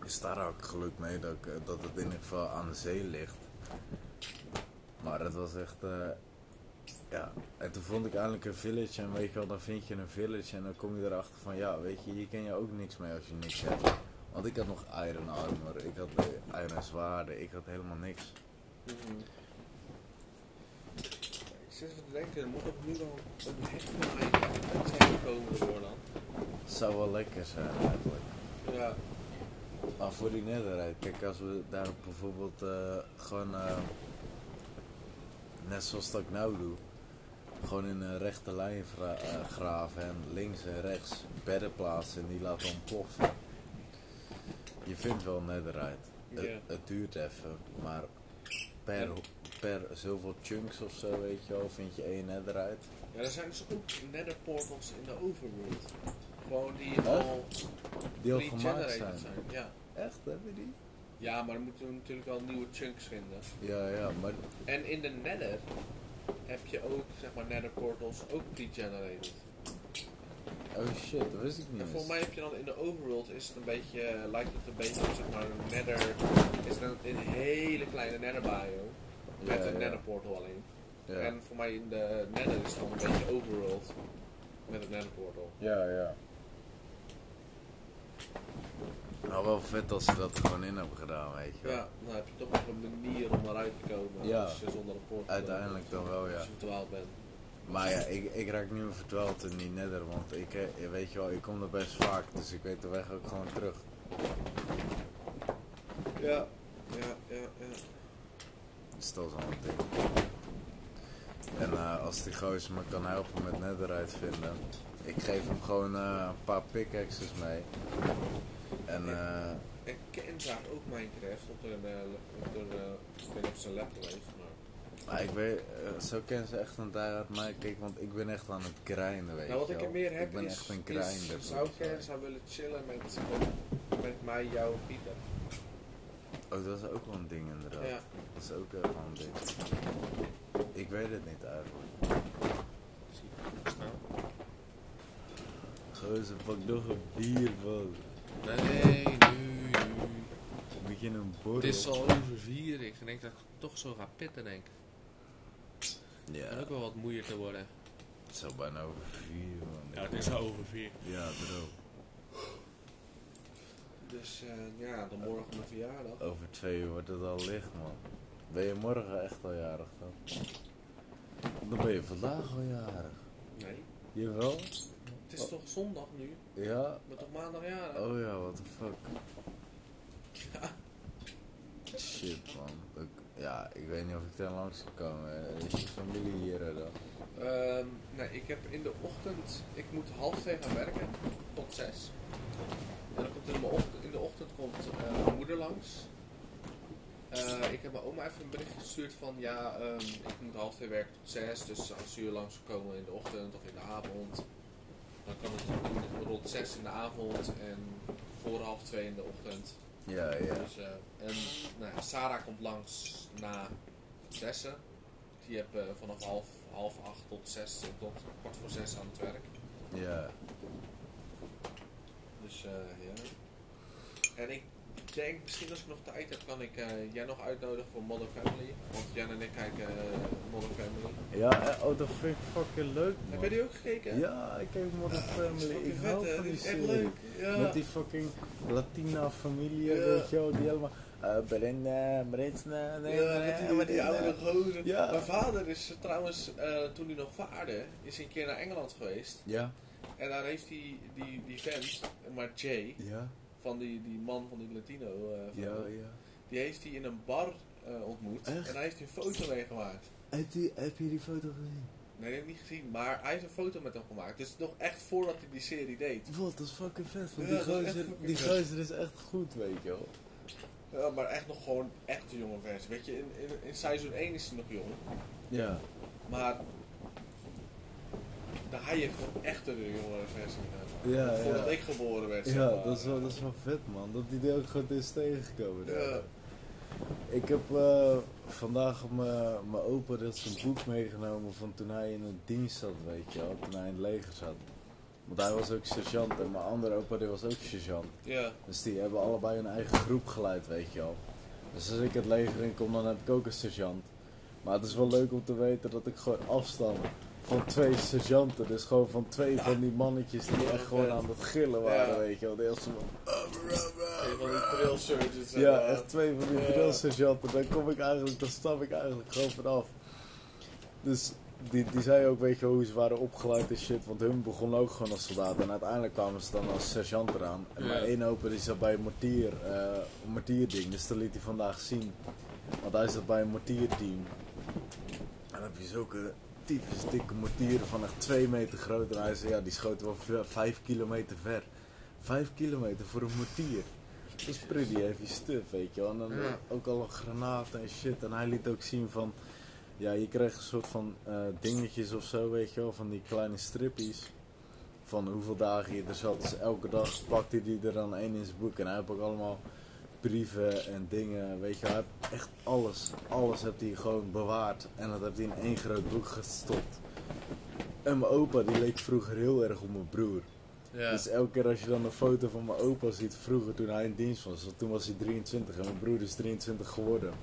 Dus daar had ik geluk mee dat, ik, eh, dat het in ieder geval aan de zee ligt. Maar het was echt, eh, ja, en toen vond ik eindelijk een village en weet je wel, dan vind je een village en dan kom je erachter van ja, weet je, hier ken je ook niks mee als je niks hebt. Want ik had nog iron armor, ik had eh, iron zwaarden, ik had helemaal niks. Ik zit even te denken, er moet opnieuw wel een hek van eiland zijn gekomen door dan. Zou wel lekker zijn eigenlijk. Ja. Maar voor die netherheid, kijk als we daar bijvoorbeeld eh, gewoon eh, net zoals dat ik nou doe, gewoon in een rechte lijn vra- eh, graven en links en rechts bedden plaatsen en die laten ontploffen. Je vindt wel netherite. Het, Ja. het duurt even, maar per, per zoveel chunks of zo, weet je wel, vind je één netherite. Ja, er zijn dus ook nether portals in de overworld. Gewoon die Huh? al Die al gemaakt pre-generated zijn. zijn. Ja. Echt, hebben die? ja, maar dan moeten we natuurlijk wel nieuwe chunks vinden. Ja, ja, maar En in de nether heb je ook, zeg maar, nether portals ook pre-generated. oh shit, dat wist ik niet. En eens. volgens mij heb je dan in de overworld is het een beetje, eh, lijkt het een beetje op zeg maar een nether, is dan een hele kleine nether bio. Met een nether portal alleen. ja. En voor mij in de nether is het dan een beetje overworld. Met een nether portal. Ja, ja. Nou, wel vet als ze dat er gewoon in hebben gedaan, weet je wel. Ja, dan heb je toch nog een manier om eruit te komen Ja. als je zonder een portal Uiteindelijk dan wel, ja. Als je verdwaald bent. Maar ja, ik, ik raak nu verdwaald in die nether, want ik, eh, weet je wel, ik kom er best vaak, dus ik weet de weg ook gewoon terug. Ja. Ja, ja, ja. Dus dat is al een ding. En eh, als die gozer me kan helpen met netherite vinden, ik geef hem gewoon eh, een paar pickaxes mee. En eh, En Ken draagt ook Minecraft op een, eh, op een, eh, ik weet niet of zijn laptop heeft, maar... maar ik weet, eh, zo kennen ze echt een diehard mij, kijk, want ik ben echt aan het grinden, weet Nou, wat je ik wel. er meer heb Ik ben is, echt een is grinder. zou volgens mij. Ken zou willen chillen met, met mij, jou en Pieter. Oh, dat is ook wel een ding inderdaad. Ja. Dat is ook eh, wel een ding. Ik weet het niet eigenlijk. Gozer, pak nog een bier, man. Nee, nu, nu. Moet je een borrel? Het is al over vier. Ik denk dat ik toch zo ga pitten, denk ik. Ja, En ook wel wat moeier te worden. het is al bijna over vier, man. al over vier. Ja, bro. Dus eh, ja, dan morgen mijn verjaardag. Over twee uur wordt het al licht, man. Ben je morgen echt al jarig dan? Dan ben je vandaag al jarig. Nee, Jawel? het is toch zondag nu? Ja? Maar toch maandag jarig? Oh ja, what the fuck. Shit man. Ik- ja, ik weet niet of ik daar langs kan komen. Is je familie hier hè, dan? Ehm, nee, ik heb in de ochtend... Ik moet half twee gaan werken. Tot zes. En dan komt in, mijn ochtend, in de ochtend komt eh, mijn moeder langs. Eh, ik heb mijn oma even een bericht gestuurd van... Ja, ehm, ik moet half twee werken tot zes. Dus als ze hier langs komen in de ochtend of in de avond... Dan kan het in- rond zes in de avond en voor half twee in de ochtend. Ja, ja. Dus, eh, en nou ja, Sarah komt langs na zessen. Die heb eh, vanaf half, half acht tot zes eh, tot kwart voor zes aan het werk. Ja. Dus eh, ja. En ik denk misschien als ik nog tijd heb, kan ik eh, jij nog uitnodigen voor Modern Family. Want Jan en ik kijken eh, Modern Family. Ja, eh, oh dat vind ik fucking leuk Heb jij man. die ook gekeken? Ja, ik heb Modern Dat is Family. fucking Ik vet, hou hè? van Die die is echt serie. leuk. Ja. Met die fucking Latina familie, Ja. weet je wel, die helemaal... eh Belinda, Britsna, nee, eh, ja, met die, nee, met die oude nou? gozer. Ja. Mijn vader is eh, trouwens, eh, toen hij nog vaarde, is hij een keer naar Engeland geweest. Ja, En daar heeft die, die, die vent, maar Jay, ja, van die, die man van die Latino, eh, van- ja, ja. die heeft hij in een bar eh, ontmoet. Echt? En hij heeft een foto mee gemaakt. Heb je, heb je die foto gezien? Nee, die heb ik niet gezien, maar hij heeft een foto met hem gemaakt. Dus nog echt voordat hij die serie deed. Wat, dat is fucking vet. Want Ja, die, dat is echt gozer, fucking die vet. gozer is echt goed, weet je wel. Ja, maar echt nog gewoon echt een jonge versie. Weet je, in, in, in seizoen 1 is hij nog jong. Ja. Maar de hij heeft gewoon echt een jongere versie gedaan. Ja, ja. Voordat ik geboren werd. zeg Ja, maar. dat is, wel, dat is wel vet man, dat die deel ook gewoon is tegengekomen. daar. Ja. Ik heb eh, vandaag op mijn mijn opa dat zijn boek meegenomen van toen hij in het dienst zat, weet je wel, toen hij in het leger zat. Want hij was ook sergeant en mijn andere opa die was ook sergeant. Ja, Dus die hebben allebei hun eigen groep geleid, weet je wel. Dus als ik het leger in kom, dan heb ik ook een sergeant. Maar het is wel leuk om te weten dat ik gewoon afstam van twee sergeanten. Dus gewoon van twee van die mannetjes die echt gewoon aan het gillen waren, Ja. weet je wel. De eerste man- een van die trail surgeons. en, ja, eh, echt twee van die Ja. grillsergeanten. Daar kom ik eigenlijk, daar stap ik eigenlijk gewoon vanaf. Dus die, die zei ook, weet je wel, hoe ze waren opgeleid en shit. Want hun begonnen ook gewoon als soldaat. En uiteindelijk kwamen ze dan als sergeant eraan. En Ja. mijn één open die zat bij een mortier, eh, een mortierding. Dus dat liet hij vandaag zien. Want hij zat bij een mortierteam. En dan heb je zulke typische dikke mortieren van echt 2 meter groot. En hij zei, ja, die schoten wel v- 5 kilometer ver. 5 kilometer voor een mortier. Dat is pretty heavy stuff, weet je wel. En dan Ja. ook al een granaten en shit. En hij liet ook zien van... Ja, je kreeg een soort van eh, dingetjes of zo, weet je wel. Van die kleine strippies. Van hoeveel dagen je er zat. Dus elke dag pakte hij er dan één in zijn boek. En hij heeft ook allemaal brieven en dingen, weet je wel. Hij heeft echt alles, alles heeft hij gewoon bewaard. En dat heeft hij in één groot boek gestopt. En mijn opa, die leek vroeger heel erg op mijn broer. Ja. Dus elke keer als je dan een foto van mijn opa ziet vroeger toen hij in dienst was, want toen was hij 23 en mijn broer is 23 geworden.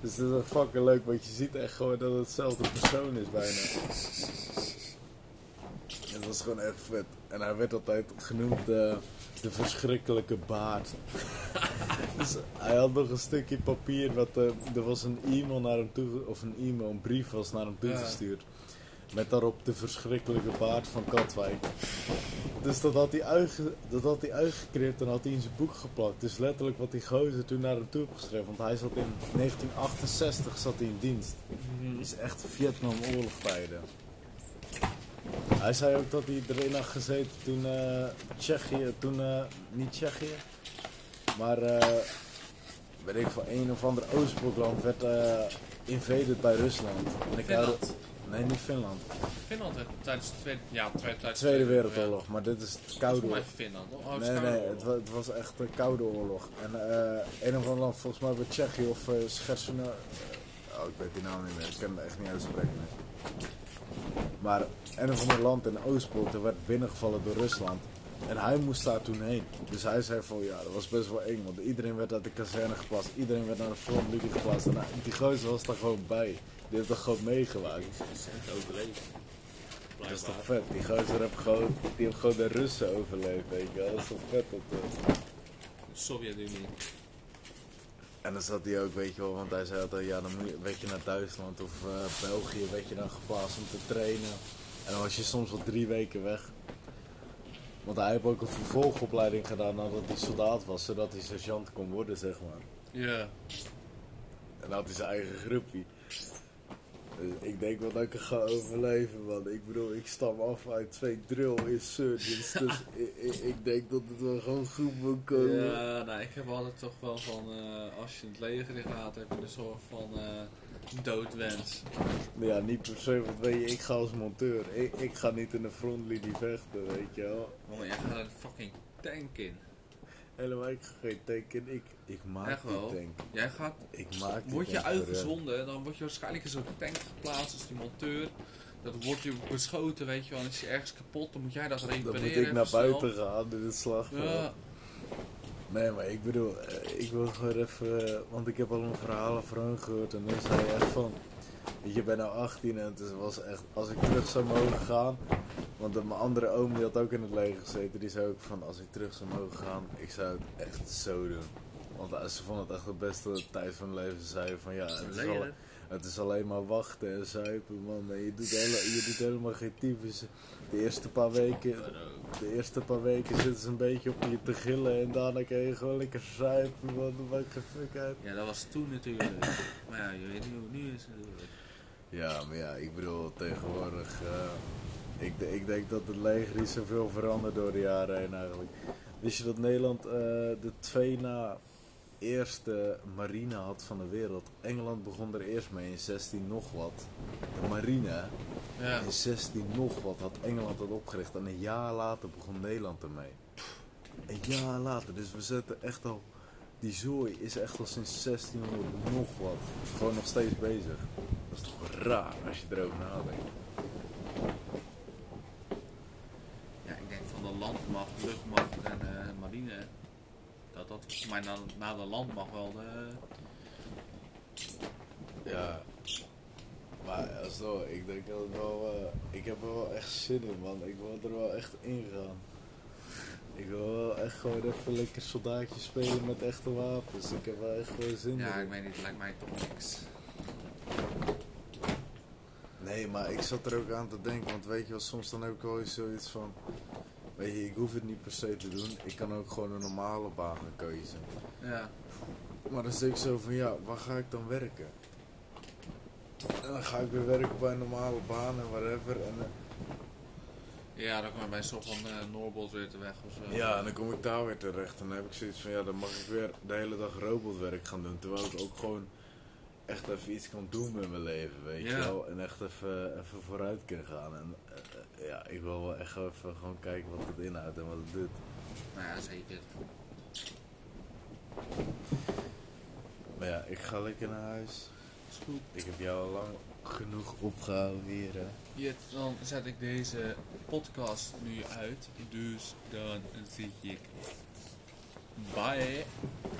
Dus dat is echt fucking leuk, want je ziet echt gewoon dat het hetzelfde persoon is bijna. En dat was gewoon echt vet. En hij werd altijd genoemd eh, de verschrikkelijke baard. dus hij had nog een stukje papier, wat, eh, er was een e-mail naar hem toe, of een e-mail, een brief was naar hem Ja. toegestuurd. Met daarop de verschrikkelijke baard van Katwijk. Dus dat had, hij uitge, dat had hij uitgeknipt en had hij in zijn boek geplakt. Dus letterlijk wat die gozer toen naar hem toe heeft geschreven. Want hij zat in 1968 zat hij in dienst. Mhm. Het is echt Vietnamoorlog tijden. Hij zei ook dat hij erin had gezeten toen eh, Tsjechië, toen eh, niet Tsjechië, maar eh weet ik van een of ander Oostblokland werd eh invaded bij Rusland. En ik hou- Finland. Nee, niet Finland. Finland werd tijdens de Tweede, ja, twe- tijdens de Tweede Wereldoorlog, maar dit is het Koude Volgens mij Oorlog. Finland. Oh, het is Nee, Koude nee, het, Oorlog. wa- het was echt een koude oorlog. En eh een of ander land, volgens mij bij Tsjechië of eh Schersen. eh, oh, ik weet die naam niet meer, ik kan het echt niet uitspreken. nee. Maar een of ander land in Oostblok, dat werd binnengevallen door Rusland. En hij moest daar toen heen. Dus hij zei van ja, dat was best wel eng. Want iedereen werd uit de kazerne geplaatst. Iedereen werd naar de frontlinie geplaatst. En hij- die gozer was daar gewoon bij. Die heeft dat gewoon meegemaakt. Dat is toch vet? Die gozer heeft gewoon, die heeft gewoon de Russen overleefd, weet je wel. Dat is toch vet dat eh, Sovjet-Unie. En dan zat hij ook, weet je wel, want hij zei altijd, ja, dan moet je, werd je naar Duitsland of eh, België, werd je dan geplaatst om te trainen. En dan was je soms al drie weken weg. Want hij heeft ook een vervolgopleiding gedaan nadat hij soldaat was, zodat hij sergeant kon worden, zeg maar. Ja. En dan had hij zijn eigen groepie. Dus ik denk wel dat ik het ga overleven, man. Ik bedoel, ik stam af uit twee drill insurgents, dus ik, ik, ik denk dat het wel gewoon goed moet komen. Ja, nou, ik heb altijd toch wel van, eh, als je in het leger gaat, heb je een soort van eh, doodwens. Nou Ja, niet per se, want weet je, ik ga als monteur. Ik, ik ga niet in de frontlinie vechten, weet je wel. Want jij Oh, gaat een fucking tank in. Helemaal, ik ga geen tank in. Ik, ik maak Echt wel? die tank. Jij gaat, Ik maak die word je tank voor hem. uitgezonden, dan word je waarschijnlijk in zo'n tank geplaatst als die monteur. Dat wordt je beschoten, weet je wel, en is je ergens kapot, dan moet jij dat Dan repareren. moet ik naar even snel. buiten gaan in het slagveld. Ja, Nee, maar ik bedoel, eh, ik wil gewoon even... eh, Want ik heb allemaal verhalen van hem gehoord. En dan zei hij echt van... weet Je bent nou 18 en het was echt... Als ik terug zou mogen gaan... Want mijn andere oom die had ook in het leger gezeten. Die zei ook van, als ik terug zou mogen gaan... Ik zou het echt zo doen. Want eh, ze vonden het echt de beste tijd van hun leven. Ze zeiden van, ja, het is, al, leren. het is alleen maar wachten en zuipen, man. En je, doet hele, je doet helemaal geen tyfus. De eerste paar weken... De eerste paar weken zitten ze een beetje op je te gillen en daarna kan je gewoon lekker zuipen, man. Dat maakt geen fuck uit. Ja, dat was toen natuurlijk. Maar ja, je weet niet hoe het nu is natuurlijk. Ja, maar ja, ik bedoel, tegenwoordig... eh, ik, de- ik denk dat het leger niet zoveel verandert door de jaren heen eigenlijk. Wist je dat Nederland eh, de twee na eerste marine had van de wereld? Engeland begon er eerst mee in 16 nog wat. De marine, hè? Ja, In 16 nog wat had Engeland dat opgericht en een jaar later begon Nederland ermee. Een jaar later, dus we zetten echt al. Die zooi is echt al sinds 1600 nog wat. Gewoon nog steeds bezig. Dat is toch raar als je erover nadenkt. ja ik denk van de landmacht, luchtmacht en eh, marine. Dat dat volgens mij na, na de landmacht wel de... Ja. Maar alsnog, ik denk dat het wel. eh, ik heb er wel echt zin in, man. Ik wil er wel echt in gaan. Ik wil wel echt gewoon even lekker soldaatje spelen met echte wapens. Ik heb wel echt gewoon zin Ja, in. ik weet niet, lijkt mij toch niks. Nee, maar ik zat er ook aan te denken, want weet je wel, soms dan heb ik wel eens zoiets van... Weet je, ik hoef het niet per se te doen, ik kan ook gewoon een normale baan gaan kiezen. Ja, Maar dan zit ik zo van, ja, waar ga ik dan werken? En dan ga ik weer werken bij een normale baan en whatever. En, eh, Ja, dan kom je bij een soort van eh Noorbolt weer te weg of zo. ja, en dan kom ik daar weer terecht. En dan heb ik zoiets van, ja, dan mag ik weer de hele dag robotwerk gaan doen. Terwijl ik ook gewoon echt even iets kan doen met mijn leven, weet je Ja. wel. En echt even, even vooruit kan gaan. En eh, eh, ja, ik wil wel echt even gewoon kijken wat het inhoudt en wat het doet. Nou ja, zeker. Maar ja, ik ga lekker naar huis. Is goed. Ik heb jou al lang genoeg opgehouden hier, hè. Hier, dan zet ik deze podcast nu uit. Dus dan zie ik. Bye.